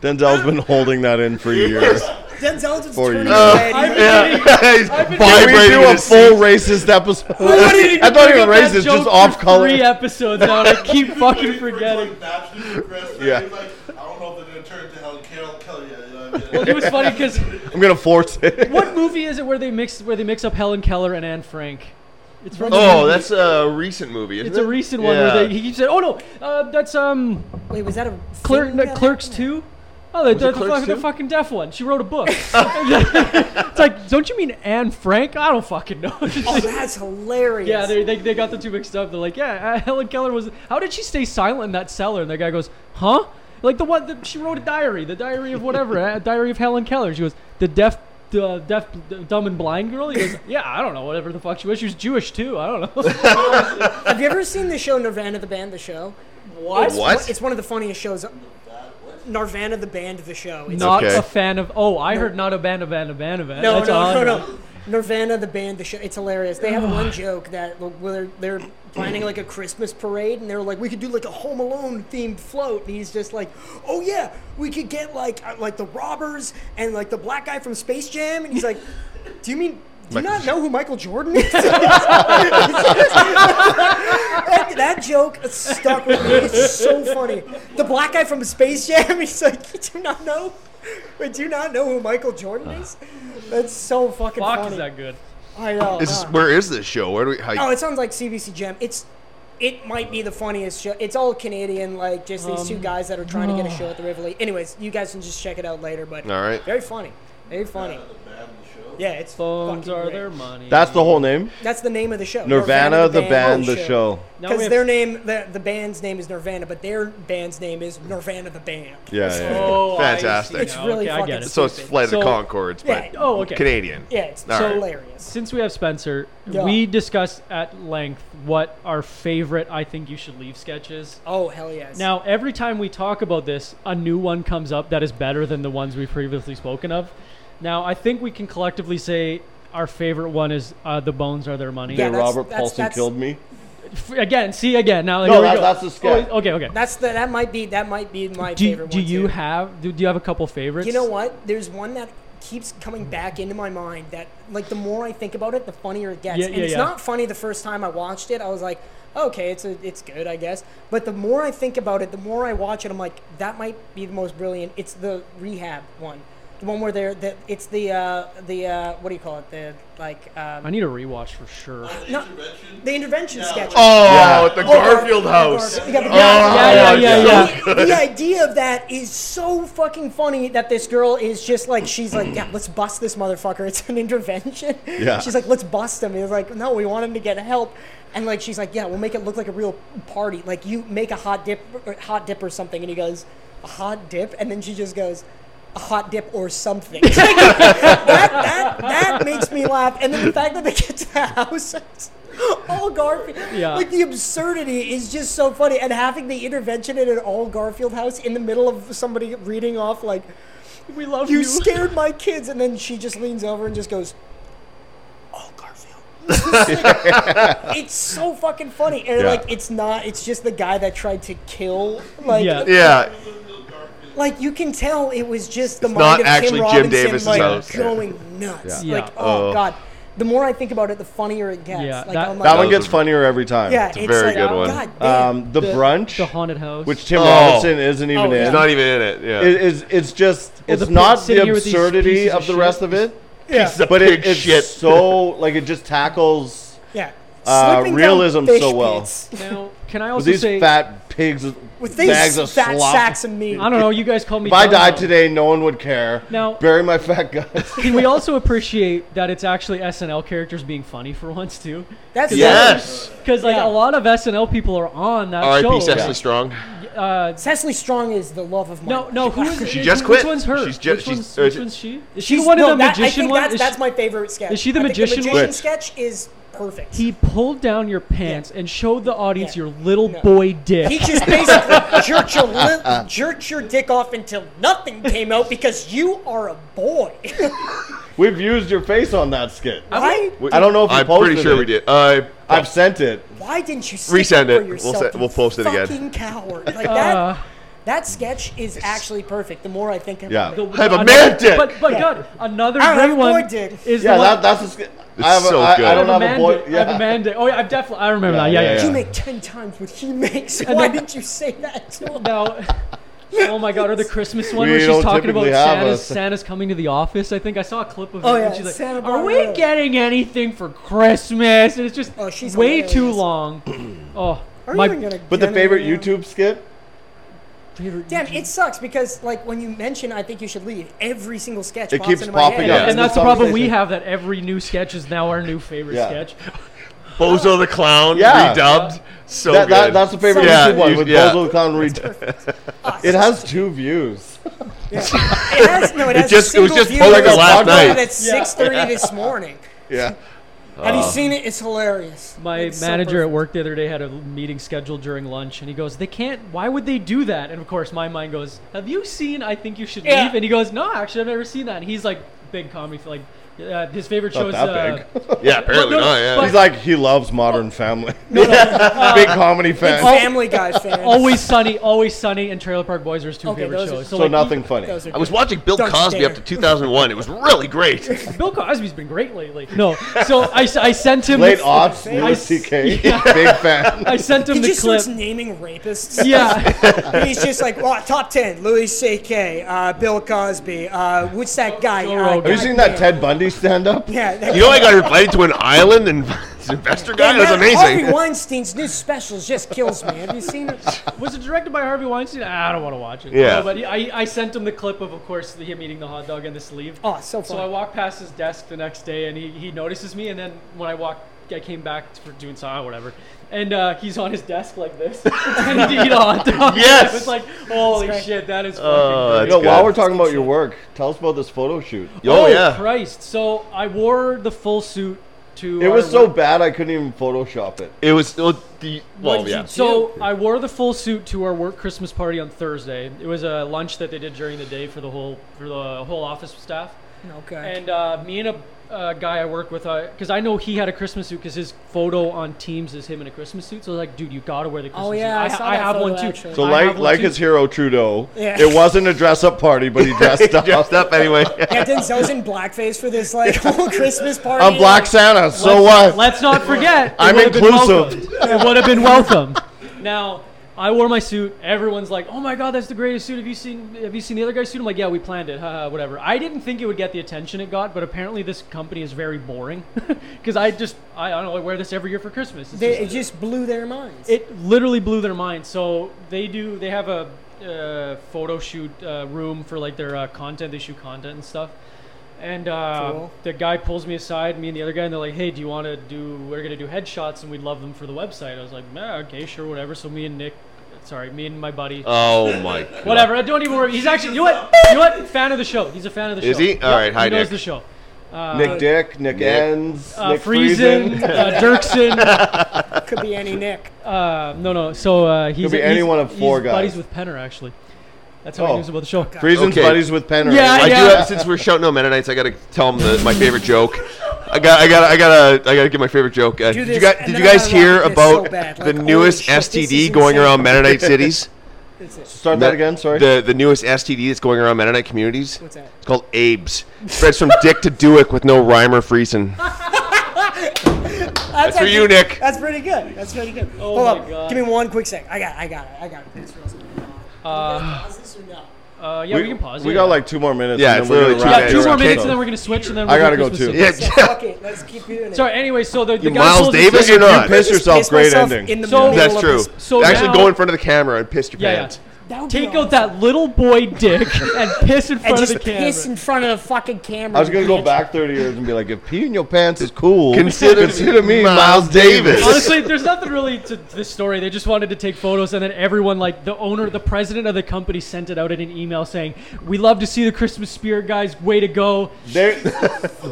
Speaker 2: Denzel's been holding that in for years.
Speaker 5: Denzel's just
Speaker 2: For
Speaker 5: turning
Speaker 2: you.
Speaker 5: red.
Speaker 3: Uh, Yeah, he's
Speaker 2: Can we
Speaker 3: vibrating.
Speaker 2: do
Speaker 3: in
Speaker 2: a
Speaker 3: his seat.
Speaker 2: full racist episode?
Speaker 1: Why did you
Speaker 2: I thought
Speaker 1: bring
Speaker 2: even
Speaker 1: up that
Speaker 2: racist,
Speaker 1: joke
Speaker 2: just
Speaker 1: for
Speaker 2: off color.
Speaker 1: Three episodes out, I keep fucking
Speaker 4: Waiting for,
Speaker 1: forgetting.
Speaker 4: Like, Baptist to progress, and
Speaker 2: Yeah.
Speaker 4: he's Like, I don't know if they're going to turn it to Helen Carol Kelly. yet, You know what I mean?
Speaker 1: Well, it was funny because
Speaker 2: I'm gonna force it.
Speaker 1: what movie is it where they mix where they mix up Helen Keller and Anne Frank? It's from
Speaker 3: Oh, that's a recent movie. Isn't
Speaker 1: it's a
Speaker 3: it?
Speaker 1: recent one
Speaker 3: Yeah.
Speaker 1: where they, he keeps saying, "Oh no, uh, that's um
Speaker 5: Wait, was that a
Speaker 1: Clerk,
Speaker 5: thing
Speaker 1: no,
Speaker 5: that
Speaker 1: Clerks
Speaker 5: happened?
Speaker 1: two. Oh, the, the,
Speaker 3: it Clerks
Speaker 1: fuck- the
Speaker 3: 2?
Speaker 1: fucking deaf one. She wrote a book. it's like, don't you mean Anne Frank? I don't fucking know.
Speaker 5: Oh, that's hilarious.
Speaker 1: Yeah, they, they, they got the two mixed up. They're like, yeah, uh, Helen Keller was. How did she stay silent in that cellar? And the guy goes, huh? Like the one that she wrote a diary, the diary of whatever, a diary of Helen Keller. She goes, the deaf, the deaf, d- dumb and blind girl. He goes, yeah, I don't know, whatever the fuck she was. She was Jewish too. I don't know.
Speaker 5: Have you ever seen the show Nirvana the Band the show?
Speaker 1: What?
Speaker 5: It's,
Speaker 3: What?
Speaker 5: It's one of the funniest shows. Nirvana the Band the show. It's
Speaker 1: Not
Speaker 3: Okay.
Speaker 1: a fan of. Oh, I heard not a band of band of band of band.
Speaker 5: No,
Speaker 1: That's
Speaker 5: no,
Speaker 1: odd.
Speaker 5: no, no. Nirvana, the band, the show. It's hilarious. They have one joke that like, where they're, they're planning like a Christmas parade, and they're like, we could do like a Home Alone themed float, and he's just like, oh yeah, we could get like uh, like the robbers and like the black guy from Space Jam, and he's like, do you mean? Do you
Speaker 3: Michael
Speaker 5: not know who Michael Jordan is? that, that joke stuck with me. It's so funny. The black guy from Space Jam, he's like, you do not know? Wait, do you not know who Michael Jordan is? That's so fucking
Speaker 1: Fuck,
Speaker 5: funny.
Speaker 1: Uh-huh. is that good?
Speaker 5: I know. uh-huh.
Speaker 3: This is
Speaker 5: huh.
Speaker 3: where is this show? Where do we? How,
Speaker 5: oh, it sounds like CBC Jam. It's it might be the funniest show. It's all Canadian, like just these two
Speaker 1: Um,
Speaker 5: guys that are trying to get a show at the Rivoli. Anyways, you guys can just check it out later. But
Speaker 3: all right.
Speaker 5: very funny, very funny.
Speaker 4: The band, the show.
Speaker 5: Yeah, it's
Speaker 1: Phones
Speaker 5: fucking
Speaker 1: are
Speaker 5: great.
Speaker 1: their money.
Speaker 2: That's the whole name.
Speaker 5: That's the name of the show.
Speaker 2: Nirvana, the band, the show.
Speaker 1: Now we
Speaker 5: Because
Speaker 1: have-
Speaker 5: their name, the, the band's name is Nirvana, but their band's name is Nirvana the band.
Speaker 2: Yeah, yeah, yeah.
Speaker 1: Oh, I see
Speaker 3: Fantastic.
Speaker 1: now.
Speaker 5: It's
Speaker 1: okay,
Speaker 5: really
Speaker 1: I get
Speaker 5: fucking
Speaker 1: it.
Speaker 3: So it's
Speaker 5: stupid.
Speaker 3: Flight of
Speaker 1: So-
Speaker 3: the Concords, but
Speaker 5: Yeah.
Speaker 1: oh, okay.
Speaker 3: Canadian.
Speaker 5: Yeah, it's
Speaker 3: All right.
Speaker 5: hilarious.
Speaker 1: Since we have Spencer,
Speaker 5: Yeah.
Speaker 1: we discussed at length what our favorite "I Think You Should Leave" sketch is.
Speaker 5: Oh hell yes.
Speaker 1: Now, every time we talk about this, a new one comes up that is better than the ones we've previously spoken of. Now, I think we can collectively say our favorite one is uh, "The Bones Are Their Money."
Speaker 5: Yeah,
Speaker 2: Hey,
Speaker 5: that's-
Speaker 2: Robert
Speaker 5: that's-
Speaker 2: Paulson
Speaker 5: that's-
Speaker 2: killed me.
Speaker 1: F- Again, see again. Now,
Speaker 2: No,
Speaker 1: here we
Speaker 2: that-
Speaker 1: go.
Speaker 2: that's the sketch.
Speaker 1: Oh, okay, okay.
Speaker 5: that's the that might be that might be my
Speaker 1: do
Speaker 5: favorite
Speaker 1: do
Speaker 5: one.
Speaker 1: you
Speaker 5: too.
Speaker 1: have do, do you have a couple favorites?
Speaker 5: You know what? There's one that keeps coming back into my mind that like the more I think about it, the funnier it gets.
Speaker 1: Yeah,
Speaker 5: and
Speaker 1: yeah,
Speaker 5: it's
Speaker 1: yeah.
Speaker 5: not funny the first time I watched it. I was like, okay, it's a, it's good, I guess. But the more I think about it, the more I watch it, I'm like, that might be the most brilliant. It's the rehab one. The one where they're the, it's the uh, the uh, what do you call it? The like
Speaker 1: I
Speaker 5: um,
Speaker 1: need a rewatch for sure.
Speaker 5: no,
Speaker 4: Intervention.
Speaker 5: the intervention sketch.
Speaker 3: Oh,
Speaker 2: Yeah.
Speaker 3: the Garfield House.
Speaker 5: You got the-
Speaker 1: yeah, yeah, yeah, yeah.
Speaker 5: the idea of that is so fucking funny that this girl is just like she's like yeah let's bust this motherfucker it's an intervention
Speaker 2: Yeah.
Speaker 5: she's like let's bust him he's like no we want him to get help and like she's like yeah we'll make it look like a real party like you make a hot dip or hot dip or something and he goes a hot dip and then she just goes a hot dip or something that, that, that makes me laugh. And then the fact that they get to the house, it's all Garfield.
Speaker 1: Yeah.
Speaker 5: Like the absurdity is just so funny. And having the intervention in an all Garfield house in the middle of somebody reading off, like,
Speaker 1: We love
Speaker 5: you scared my kids. And then she just leans over and just goes, all Garfield. it's so fucking funny, and
Speaker 2: Yeah.
Speaker 5: like it's not. It's just the guy that tried to kill. Like,
Speaker 1: Yeah.
Speaker 3: Yeah.
Speaker 5: like you can tell it was just the
Speaker 3: It's
Speaker 5: mind
Speaker 3: not
Speaker 5: of
Speaker 3: actually
Speaker 5: Tim
Speaker 3: Jim
Speaker 5: Robinson
Speaker 3: Davis's
Speaker 5: like
Speaker 3: house.
Speaker 5: going nuts.
Speaker 1: Yeah.
Speaker 5: Like
Speaker 1: Yeah.
Speaker 5: oh
Speaker 3: Oh.
Speaker 5: god, the more I think about it, the funnier it gets.
Speaker 1: Yeah,
Speaker 5: like,
Speaker 1: that-
Speaker 5: I'm like,
Speaker 2: That one
Speaker 3: Those
Speaker 2: gets
Speaker 3: are-
Speaker 2: funnier every time.
Speaker 5: yeah,
Speaker 3: a very
Speaker 5: like, oh,
Speaker 3: good one.
Speaker 5: God damn.
Speaker 2: Um, the,
Speaker 1: The-
Speaker 2: brunch,
Speaker 1: the haunted house.
Speaker 2: which Tim
Speaker 3: Oh.
Speaker 2: Robinson isn't even
Speaker 5: Oh, yeah.
Speaker 2: in.
Speaker 3: He's not even in it. Yeah.
Speaker 2: It is. It's just. It's
Speaker 1: the pig
Speaker 2: not the
Speaker 1: sitting here with these
Speaker 2: absurdity
Speaker 1: pieces
Speaker 2: of
Speaker 1: of
Speaker 2: the
Speaker 1: shit.
Speaker 2: rest of it,
Speaker 5: yeah,
Speaker 3: Piece of
Speaker 2: but it,
Speaker 3: pig
Speaker 2: it's
Speaker 3: shit.
Speaker 2: so like it just tackles
Speaker 5: yeah.
Speaker 2: uh,
Speaker 5: Slipping down
Speaker 2: realism
Speaker 5: fish
Speaker 2: so well.
Speaker 5: pits
Speaker 1: now, can I
Speaker 2: with
Speaker 1: also
Speaker 2: these
Speaker 1: say
Speaker 2: fat pigs with
Speaker 5: with these
Speaker 2: bags of
Speaker 5: fat
Speaker 2: slop.
Speaker 5: sacks of meat.
Speaker 1: I don't know. You guys call me.
Speaker 2: If I
Speaker 1: dumb,
Speaker 2: died
Speaker 1: though.
Speaker 2: today, no one would care.
Speaker 1: Now-
Speaker 2: bury my fat guts.
Speaker 1: Can we also appreciate that it's actually SNL characters being funny for once too?
Speaker 5: That's
Speaker 3: yes.
Speaker 1: Because like a
Speaker 5: Yeah.
Speaker 1: lot of SNL people are on that
Speaker 3: R.I.P.
Speaker 1: show.
Speaker 3: Cecily Strong.
Speaker 1: Uh,
Speaker 5: Cecily Strong is the love of my
Speaker 1: no, no. Who is
Speaker 3: She
Speaker 1: is-
Speaker 3: just
Speaker 1: Which
Speaker 3: quit.
Speaker 1: one's her?
Speaker 3: She's ju-
Speaker 1: which,
Speaker 3: she's-
Speaker 1: one's,
Speaker 3: or
Speaker 1: which
Speaker 3: is it-
Speaker 1: one's she? Is she
Speaker 5: She's
Speaker 1: the one
Speaker 5: no,
Speaker 1: in the
Speaker 5: that, I
Speaker 1: magician
Speaker 5: think
Speaker 1: one?
Speaker 5: That's,
Speaker 1: Is
Speaker 5: that's
Speaker 1: she-
Speaker 5: my favorite sketch.
Speaker 1: is she the
Speaker 5: I think
Speaker 1: magician
Speaker 5: The
Speaker 1: one?
Speaker 5: magician
Speaker 2: Which?
Speaker 5: sketch is perfect.
Speaker 1: he pulled down your pants and showed the audience
Speaker 5: Yeah.
Speaker 1: your little
Speaker 5: No.
Speaker 1: boy dick.
Speaker 5: He just basically jerked your li- jerked your dick off until nothing came out because you are a boy.
Speaker 2: We've used your face on that skit.
Speaker 5: Why?
Speaker 2: I don't know if we
Speaker 3: I'm
Speaker 2: posted
Speaker 3: pretty sure
Speaker 2: it.
Speaker 3: we did. Uh, I
Speaker 2: I've sent it.
Speaker 5: Why didn't you stick
Speaker 3: Resend
Speaker 5: up
Speaker 3: it.
Speaker 5: For
Speaker 3: We'll
Speaker 5: yourself,
Speaker 3: se-
Speaker 5: you
Speaker 3: we'll post it again.
Speaker 5: Fucking coward! Like
Speaker 1: Uh,
Speaker 5: that. That sketch is actually perfect. The more I think about
Speaker 2: Yeah.
Speaker 5: it,
Speaker 1: The-
Speaker 3: I have a
Speaker 1: another-
Speaker 3: man dick.
Speaker 1: But but God, another
Speaker 5: I have a
Speaker 1: great one
Speaker 5: boy dick.
Speaker 1: is
Speaker 2: Yeah,
Speaker 1: the one.
Speaker 2: that, that's a skit.
Speaker 3: It's
Speaker 2: I have a,
Speaker 3: so
Speaker 2: I-
Speaker 3: good.
Speaker 2: I
Speaker 1: I
Speaker 2: don't have a boy.
Speaker 1: man dick. I have a
Speaker 2: Yeah.
Speaker 1: man dick. Oh yeah, I definitely I remember
Speaker 2: Yeah,
Speaker 1: that. Yeah,
Speaker 2: yeah,
Speaker 1: yeah.
Speaker 5: you
Speaker 2: yeah.
Speaker 5: make ten times what he makes.
Speaker 1: And
Speaker 5: Why
Speaker 1: then-
Speaker 5: didn't you say that to him?
Speaker 1: Now, oh my god, or the Christmas one
Speaker 2: We
Speaker 1: where she's
Speaker 2: don't
Speaker 1: talking about
Speaker 2: typically have
Speaker 1: Santa's,
Speaker 2: a-
Speaker 1: Santa's coming to the office. I think I saw a clip of it.
Speaker 5: Oh,
Speaker 1: and
Speaker 5: yeah,
Speaker 1: she's like,
Speaker 5: Santa
Speaker 1: Are we
Speaker 5: Barbara."
Speaker 1: getting anything for Christmas? And it's just
Speaker 5: Oh, she's
Speaker 1: way too
Speaker 5: hilarious.
Speaker 1: long. Oh,
Speaker 5: Are you
Speaker 1: my
Speaker 5: even gonna
Speaker 2: But the
Speaker 5: get
Speaker 2: favorite
Speaker 5: anyone?
Speaker 2: YouTube skit?
Speaker 1: favorite.
Speaker 5: Damn,
Speaker 1: YouTube-
Speaker 5: it sucks because like when you mention, I think you should leave. Every single sketch
Speaker 2: It
Speaker 5: pops
Speaker 2: keeps
Speaker 5: into
Speaker 2: popping
Speaker 5: my head.
Speaker 2: up.
Speaker 1: and
Speaker 2: in
Speaker 1: that's
Speaker 2: this
Speaker 1: the problem we
Speaker 2: conversation.
Speaker 1: have that every new sketch is now our new favorite
Speaker 2: Yeah.
Speaker 1: sketch.
Speaker 3: Bozo the Clown
Speaker 2: Yeah.
Speaker 3: redubbed. So
Speaker 2: That, that,
Speaker 3: good.
Speaker 2: that's the favorite
Speaker 5: So
Speaker 2: YouTube
Speaker 3: good.
Speaker 2: one
Speaker 3: Yeah,
Speaker 2: with
Speaker 3: yeah.
Speaker 2: Bozo the Clown Reed. It has two views.
Speaker 5: It has no. It, has
Speaker 3: just-
Speaker 5: a
Speaker 3: it was
Speaker 5: single
Speaker 3: just
Speaker 5: view.
Speaker 3: posted
Speaker 5: It's
Speaker 3: last
Speaker 5: uploaded
Speaker 3: night.
Speaker 5: at six thirty this morning.
Speaker 2: Yeah.
Speaker 5: Have you seen it? It's hilarious.
Speaker 1: My
Speaker 5: It's so
Speaker 1: manager at
Speaker 5: perfect.
Speaker 1: work the other day had a meeting scheduled during lunch, and he goes, "They can't. Why would they do that?" And of course, my mind goes, "Have you seen? I think you should
Speaker 5: Yeah.
Speaker 1: leave." And he goes, "No, actually, I've never seen that." And he's like, big comedy, like Uh, his favorite
Speaker 2: Not
Speaker 1: show is
Speaker 2: that
Speaker 1: uh,
Speaker 3: Yeah, apparently
Speaker 1: no,
Speaker 3: not. Yeah.
Speaker 2: He's like he loves Modern Family. Big comedy fan.
Speaker 5: Family Guy fan.
Speaker 1: Always Sunny, Always Sunny, and Trailer Park Boys are his two
Speaker 5: Okay,
Speaker 1: favorite
Speaker 5: those are-
Speaker 1: shows.
Speaker 2: so
Speaker 1: like,
Speaker 2: nothing funny.
Speaker 5: Those are
Speaker 3: I was
Speaker 5: good.
Speaker 3: watching Bill
Speaker 5: Don't
Speaker 3: Cosby
Speaker 5: stare.
Speaker 3: up to 2001. It was really great.
Speaker 1: Bill Cosby's been great lately. No, so I, s- I sent him
Speaker 2: Late
Speaker 1: the,
Speaker 2: aughts,
Speaker 1: I
Speaker 2: Louis
Speaker 1: s-
Speaker 2: C.K. Big fan.
Speaker 1: I sent him
Speaker 5: He
Speaker 1: the
Speaker 5: just
Speaker 1: clip.
Speaker 5: starts naming rapists.
Speaker 1: yeah,
Speaker 5: And he's just like, well, top ten: Louis C.K., uh, Bill Cosby. Uh, what's that guy?
Speaker 1: Joe
Speaker 5: uh,
Speaker 1: Rogan.
Speaker 2: Have you seen that
Speaker 5: goddamn-
Speaker 2: Ted Bundy stand up?
Speaker 5: Yeah, that
Speaker 3: You know, I got invited to an island and this investor guy.
Speaker 5: Yeah,
Speaker 3: That's
Speaker 5: man, Harvey
Speaker 3: amazing.
Speaker 5: Weinstein's new special just kills me. Have you seen it?
Speaker 1: was it directed by Harvey Weinstein? Ah, I don't want to watch it.
Speaker 3: Yeah.
Speaker 1: No, but he- I, I sent him the clip of, of course, the- him eating the hot dog and the sleeve.
Speaker 5: Oh, so
Speaker 1: So I
Speaker 5: funny.
Speaker 1: walk past his desk the next day, and he, he notices me. And then when I walk, I came back for doing something, whatever. And uh, he's on his desk like this, and he eat a hot dog.
Speaker 3: Yes!
Speaker 1: it was like, holy
Speaker 5: That's great.
Speaker 1: shit, that is fucking.
Speaker 3: Oh,
Speaker 1: great.
Speaker 2: No,
Speaker 3: Good.
Speaker 2: while we're talking about your work, tell us about this photo shoot.
Speaker 3: Oh, yeah.
Speaker 1: Christ! So I wore the full suit to.
Speaker 2: It
Speaker 1: our
Speaker 2: was so
Speaker 1: work-
Speaker 2: bad I couldn't even Photoshop it.
Speaker 3: It was well, the
Speaker 1: What
Speaker 3: well,
Speaker 1: did you
Speaker 3: yeah.
Speaker 1: do? So I wore the full suit to our work Christmas party on Thursday. It was a lunch that they did during the day for the whole for the whole office staff.
Speaker 5: Okay.
Speaker 1: And uh, me and a uh, guy I work with, because I know he had a Christmas suit because his photo on Teams is him in a Christmas suit. So I was like, dude, you gotta wear the Christmas
Speaker 5: Oh, yeah, I
Speaker 1: suit.
Speaker 5: saw
Speaker 1: I,
Speaker 5: that
Speaker 1: have
Speaker 5: photo,
Speaker 1: one too.
Speaker 5: actually.
Speaker 2: So
Speaker 1: I have
Speaker 2: like
Speaker 1: one
Speaker 2: like
Speaker 1: too.
Speaker 2: his hero Trudeau,
Speaker 5: Yeah.
Speaker 2: it wasn't a dress up party, but he dressed up.
Speaker 3: Dressed up anyway.
Speaker 5: Yeah, Denzel's in blackface for this like whole Christmas party.
Speaker 2: I'm Black Santa, so
Speaker 1: let's,
Speaker 2: what?
Speaker 1: Let's not forget. it
Speaker 2: I'm
Speaker 1: would've been
Speaker 2: inclusive.
Speaker 1: welcomed. It would have been welcome. Now, I wore my suit. Everyone's like, "Oh my god, that's the greatest suit. Have you seen? Have you seen the other guy's suit?" I'm like, "Yeah, we planned it. Haha, whatever." I didn't think it would get the attention it got, but apparently this company is very boring. Because I just, I, I don't know, I wear this every year for Christmas. It's
Speaker 5: They,
Speaker 1: just-
Speaker 5: it just blew their minds.
Speaker 1: it literally blew their mind. So they do. They have a uh, photo shoot uh, room for like their uh, content. They shoot content and stuff. And uh,
Speaker 5: Cool.
Speaker 1: the guy pulls me aside, me and the other guy, and they're like, "Hey, do you want to do? We're gonna do headshots, and we'd love them for the website." I was like, "Yeah, okay, sure, whatever." So me and Nick, sorry, me and my buddy,
Speaker 3: Oh my. God.
Speaker 1: whatever. I don't even worry. He's actually, you know what? You know what? Fan of the show. He's a fan of the
Speaker 3: Is
Speaker 1: show.
Speaker 3: he?
Speaker 1: Yep,
Speaker 3: Alright, hi,
Speaker 1: he knows
Speaker 3: Nick.
Speaker 1: the show.
Speaker 2: Nick Dick, Nick,
Speaker 3: Nick.
Speaker 2: Ends,
Speaker 1: Uh,
Speaker 2: Nick
Speaker 1: Friesen,
Speaker 2: Friesen.
Speaker 1: uh, Dirksen,
Speaker 5: could be any Nick.
Speaker 1: Uh, no, no. So uh, he's,
Speaker 2: Could be
Speaker 1: he's-
Speaker 2: any one of four
Speaker 1: he's
Speaker 2: guys.
Speaker 1: Buddies with Penner, actually. That's how he
Speaker 2: Oh.
Speaker 1: knows about the show.
Speaker 2: Friesen's
Speaker 3: Okay.
Speaker 2: buddies with Penner.
Speaker 1: Yeah, yeah.
Speaker 3: I do have, since we're shouting out Mennonites, I gotta tell them the, my favorite joke. I got, I got, I gotta, I gotta get my favorite joke. Uh, did
Speaker 5: this,
Speaker 3: you guys,
Speaker 5: and
Speaker 3: did
Speaker 5: then
Speaker 3: you
Speaker 5: I
Speaker 3: guys
Speaker 5: gotta
Speaker 3: hear
Speaker 5: laugh at this so
Speaker 3: about
Speaker 5: bad,
Speaker 3: the
Speaker 5: like,
Speaker 3: newest
Speaker 5: holy shit, this is
Speaker 3: STD going
Speaker 5: insane.
Speaker 3: around Mennonite cities?
Speaker 5: That's it.
Speaker 2: Start that again, sorry.
Speaker 3: The the newest STD that's going around Mennonite communities.
Speaker 5: What's that?
Speaker 3: It's called Abe's. Spreads from dick to Dewick with no rhyme or freeson.
Speaker 5: That's
Speaker 3: for
Speaker 5: actually-
Speaker 3: you, Nick.
Speaker 5: That's pretty good. That's pretty good. Oh Hold
Speaker 1: my
Speaker 5: up.
Speaker 1: God.
Speaker 5: Give me one quick sec. I got. I got it. I got it. Thanks, Russ. Uh, this or no?
Speaker 1: Uh, yeah, we, can pause.
Speaker 2: We
Speaker 1: yeah.
Speaker 2: got like two more minutes.
Speaker 3: Yeah,
Speaker 2: and
Speaker 3: it's
Speaker 2: then we're
Speaker 3: literally
Speaker 2: gonna
Speaker 3: two
Speaker 2: wrap
Speaker 1: yeah,
Speaker 2: it
Speaker 1: two more
Speaker 2: up.
Speaker 3: Okay.
Speaker 1: minutes, and then we're gonna switch, and then
Speaker 2: I
Speaker 1: we're
Speaker 2: gotta
Speaker 1: doing
Speaker 2: go
Speaker 1: Christmas
Speaker 2: too.
Speaker 1: Eve.
Speaker 3: Yeah,
Speaker 5: So fuck it. Let's keep doing it.
Speaker 1: Sorry. Anyway, so the, the
Speaker 3: You
Speaker 1: guy
Speaker 3: Miles
Speaker 1: pulls his-
Speaker 3: Davis or
Speaker 2: You
Speaker 3: not?
Speaker 2: piss yourself.
Speaker 5: Piss
Speaker 2: Great
Speaker 5: myself
Speaker 2: ending.
Speaker 5: In the
Speaker 1: So-
Speaker 5: middle
Speaker 3: That's
Speaker 5: of
Speaker 3: true.
Speaker 5: this-
Speaker 1: So
Speaker 3: Actually,
Speaker 1: now-
Speaker 3: go in front of the camera and piss your
Speaker 1: Yeah,
Speaker 3: pants.
Speaker 1: yeah.
Speaker 5: That would be
Speaker 1: Take
Speaker 5: awesome.
Speaker 1: out that little boy dick and piss in
Speaker 5: and
Speaker 1: front of the
Speaker 5: just
Speaker 1: camera.
Speaker 5: piss in front of the fucking camera.
Speaker 2: I was gonna go back 30 years and be like, if peeing your pants is cool,
Speaker 3: Consider me
Speaker 2: consider me
Speaker 3: Miles
Speaker 2: Miles Davis.
Speaker 3: Davis.
Speaker 1: Honestly, there's nothing really to to this story. They just wanted to take photos, and then everyone, like the owner, the president of the company, sent it out in an email saying, "We love to see the Christmas spirit, guys. Way to go!"
Speaker 2: they,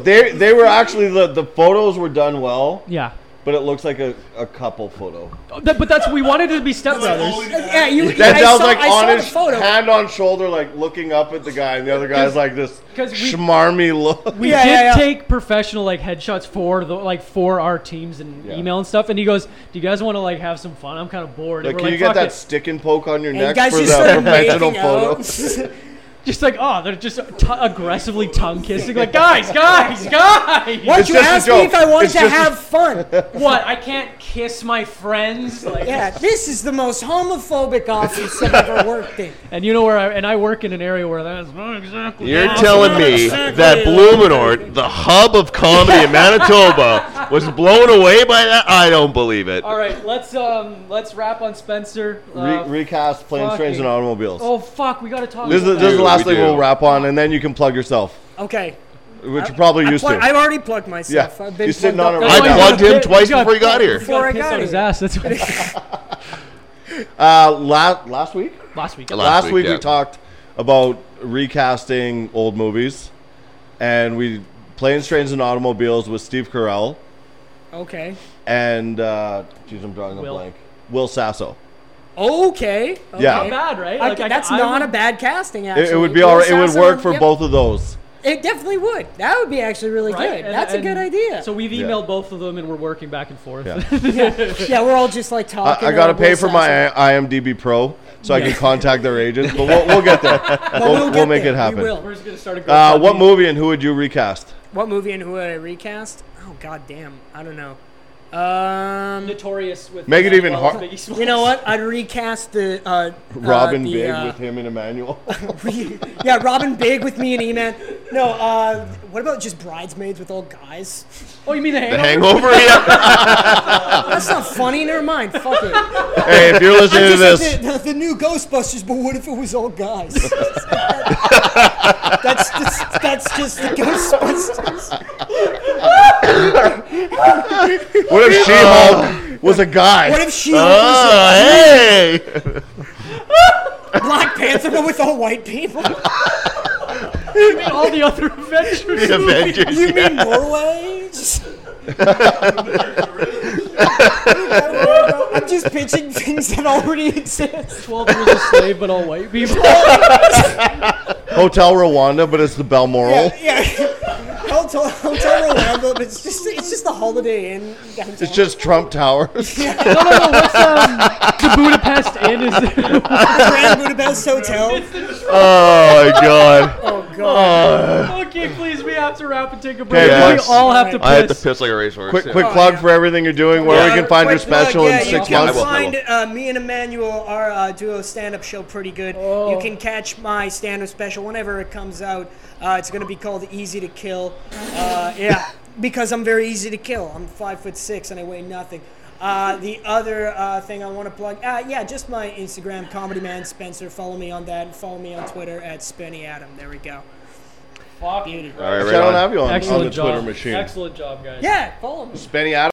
Speaker 2: they, they were actually the, the photos were done well,
Speaker 1: Yeah,
Speaker 2: but it looks like a, a couple photo.
Speaker 1: Oh, that- but that's we wanted it to be stepbrothers.
Speaker 5: Yeah, you.
Speaker 2: That
Speaker 5: I
Speaker 2: sounds
Speaker 5: saw,
Speaker 2: like
Speaker 5: I
Speaker 2: on
Speaker 5: saw the
Speaker 2: his
Speaker 5: photo.
Speaker 2: hand on shoulder, like looking up at the guy, and the other guy's like this
Speaker 1: 'cause we-
Speaker 2: schmarmy look.
Speaker 1: We
Speaker 5: Yeah,
Speaker 1: did
Speaker 5: yeah, yeah.
Speaker 1: take professional like headshots for the like for our teams and
Speaker 2: Yeah.
Speaker 1: email and stuff. And he goes, "Do you guys want to like have some fun? I'm kind of bored."
Speaker 2: Like,
Speaker 1: and
Speaker 2: can
Speaker 1: we're
Speaker 2: you
Speaker 1: like,
Speaker 2: get
Speaker 1: "Fuck
Speaker 2: that
Speaker 1: it."
Speaker 2: stick and poke on your
Speaker 5: And you
Speaker 2: neck
Speaker 5: guys
Speaker 2: for
Speaker 5: just
Speaker 2: the
Speaker 5: started
Speaker 2: professional
Speaker 5: making
Speaker 2: photo?
Speaker 5: out.
Speaker 1: Just like, oh, they're just t- aggressively tongue kissing. Like, guys, guys, guys.
Speaker 5: What
Speaker 2: It's
Speaker 5: you
Speaker 2: just a
Speaker 5: asked me
Speaker 2: joke.
Speaker 5: if I wanted
Speaker 2: It's
Speaker 5: to
Speaker 2: just a-
Speaker 5: have fun.
Speaker 1: What? I can't kiss my friends. Like,
Speaker 5: Yeah, this is the most homophobic office I've ever worked in.
Speaker 1: And you know where? I, and I work in an area where that's not exactly.
Speaker 3: You're
Speaker 1: possible.
Speaker 3: telling me that Blumenort, the hub of comedy in Manitoba, was blown away by that? I don't believe it.
Speaker 1: All right, let's um, let's wrap on Spencer. Uh,
Speaker 2: Re- recast planes, trains,
Speaker 1: fucking-
Speaker 2: and automobiles.
Speaker 1: oh fuck, we gotta talk.
Speaker 2: this is,
Speaker 1: about
Speaker 2: this is
Speaker 1: that.
Speaker 2: the
Speaker 3: do,
Speaker 2: last
Speaker 3: we
Speaker 2: thing
Speaker 3: do.
Speaker 2: we'll wrap on, and then you can plug yourself,
Speaker 5: Okay.
Speaker 2: which you're probably
Speaker 5: I
Speaker 2: used
Speaker 5: plug-
Speaker 2: to.
Speaker 5: I've already plugged myself.
Speaker 2: Yeah.
Speaker 5: I've been
Speaker 2: You're sitting
Speaker 5: plugged
Speaker 2: on
Speaker 5: up.
Speaker 2: it
Speaker 3: I
Speaker 1: That's
Speaker 2: right
Speaker 1: why you
Speaker 3: plugged
Speaker 1: gotta
Speaker 3: him
Speaker 1: pi-
Speaker 3: twice
Speaker 1: you gotta-
Speaker 3: before he got here.
Speaker 1: you gotta
Speaker 5: Before I
Speaker 1: piss
Speaker 5: got
Speaker 1: on his
Speaker 5: here.
Speaker 1: ass. That's why.
Speaker 2: Uh, la- last week,
Speaker 1: last week.
Speaker 2: last, week,
Speaker 3: yeah.
Speaker 2: we talked about recasting old movies, and we planes, trains, and automobiles with Steve Carell
Speaker 5: Okay.
Speaker 2: and uh, geez, I'm drawing a
Speaker 1: Will.
Speaker 2: blank. Will Sasso.
Speaker 5: Okay. okay.
Speaker 2: Yeah.
Speaker 1: Not bad, right?
Speaker 5: I
Speaker 1: Like,
Speaker 5: ca-
Speaker 1: I ca-
Speaker 5: that's
Speaker 1: I
Speaker 5: not
Speaker 1: would-
Speaker 5: a bad casting, actually.
Speaker 2: It, it would be
Speaker 5: Bill
Speaker 2: all right. It would
Speaker 5: Sasso,
Speaker 2: work for
Speaker 5: yep.
Speaker 2: both of those.
Speaker 5: it definitely would. That would be actually really
Speaker 1: Right?
Speaker 5: good.
Speaker 1: And-
Speaker 5: That's
Speaker 1: and
Speaker 5: a good idea.
Speaker 1: So
Speaker 5: So
Speaker 1: we've
Speaker 2: Yeah.
Speaker 1: emailed both of them and we're working back and forth.
Speaker 2: Yeah.
Speaker 5: yeah, we're all just like talking.
Speaker 2: I, I
Speaker 5: or
Speaker 2: gotta
Speaker 5: we're
Speaker 2: pay for
Speaker 5: assessing.
Speaker 2: my I- IMDb Pro so I can contact their agents, but we'll, we'll get there.
Speaker 5: But
Speaker 2: We'll, we'll,
Speaker 5: get
Speaker 2: make
Speaker 5: there.
Speaker 2: it happen.
Speaker 5: We will.
Speaker 1: we're just gonna start a
Speaker 2: Uh, what
Speaker 1: GoFundMe.
Speaker 2: movie and who would you recast?
Speaker 5: What movie and who would I recast? Oh god damn, I don't know. Um,
Speaker 1: Notorious with
Speaker 2: Make it
Speaker 1: Manuel
Speaker 2: even har-
Speaker 1: Biggie Smalls.
Speaker 5: you know what? I'd recast the uh,
Speaker 2: Robin
Speaker 5: uh, the,
Speaker 2: Big
Speaker 5: uh,
Speaker 2: with him and Emmanuel.
Speaker 5: yeah, Robin Big with me and E Man. No, uh, what about just bridesmaids with all guys?
Speaker 1: Oh, you mean the
Speaker 3: The
Speaker 1: hangover?
Speaker 3: hangover? Yeah.
Speaker 5: That's not funny. Never mind. Fuck it. I
Speaker 2: hey, if you're listening to
Speaker 5: just
Speaker 2: this,
Speaker 5: said the, the new Ghostbusters, but what if it was all guys? that's just that's just the Ghostbusters.
Speaker 2: what if She-Hulk was a guy?
Speaker 5: What if she was
Speaker 3: Oh, hey.
Speaker 5: a Black Panther but with all white people?
Speaker 1: You mean all the other Avengers?
Speaker 3: The Avengers.
Speaker 5: You mean Norway? I'm just pitching things that already exist.
Speaker 1: Twelve years a slave, but all white people.
Speaker 2: Hotel Rwanda, but it's the Balmoral.
Speaker 5: Yeah, yeah. I'll tell, I'll tell Orlando, but it's just it's just the Holiday Inn. downtown.
Speaker 2: It's just Trump Towers.
Speaker 1: no, no, no. What's um, the Budapest Inn? Is
Speaker 5: Grand Budapest Hotel.
Speaker 2: oh my god.
Speaker 5: Oh god.
Speaker 1: okay? Please, we have to wrap and take a break.
Speaker 2: Yeah.
Speaker 1: we all have to piss.
Speaker 3: I had to piss like a racehorse.
Speaker 2: Quick,
Speaker 3: yeah.
Speaker 2: quick
Speaker 5: Oh,
Speaker 2: plug
Speaker 5: yeah.
Speaker 2: for everything you're doing. Where we can find your
Speaker 5: Quick plug,
Speaker 2: special
Speaker 5: yeah,
Speaker 2: in
Speaker 5: you
Speaker 2: six
Speaker 5: can
Speaker 2: months.
Speaker 3: I will.
Speaker 5: Find uh, me and Emmanuel our uh, duo stand-up show pretty good. You can catch my stand-up special whenever it comes out. Uh, it's gonna be called Easy to Kill. Uh, yeah, because I'm very easy to kill. I'm five foot six and I weigh nothing. Uh, the other uh, thing I want to plug, uh, yeah, just my Instagram, Comedy Man Spencer. Follow me on that. and Follow me on Twitter at Spenny Adam. There we go.
Speaker 1: Fuck.
Speaker 3: All right,
Speaker 2: I
Speaker 3: right
Speaker 2: don't
Speaker 3: on.
Speaker 2: have you on, on
Speaker 1: Excellent
Speaker 2: the
Speaker 1: job.
Speaker 2: Twitter machine.
Speaker 1: Excellent job, guys.
Speaker 5: Yeah, follow me.
Speaker 2: Benny Adams.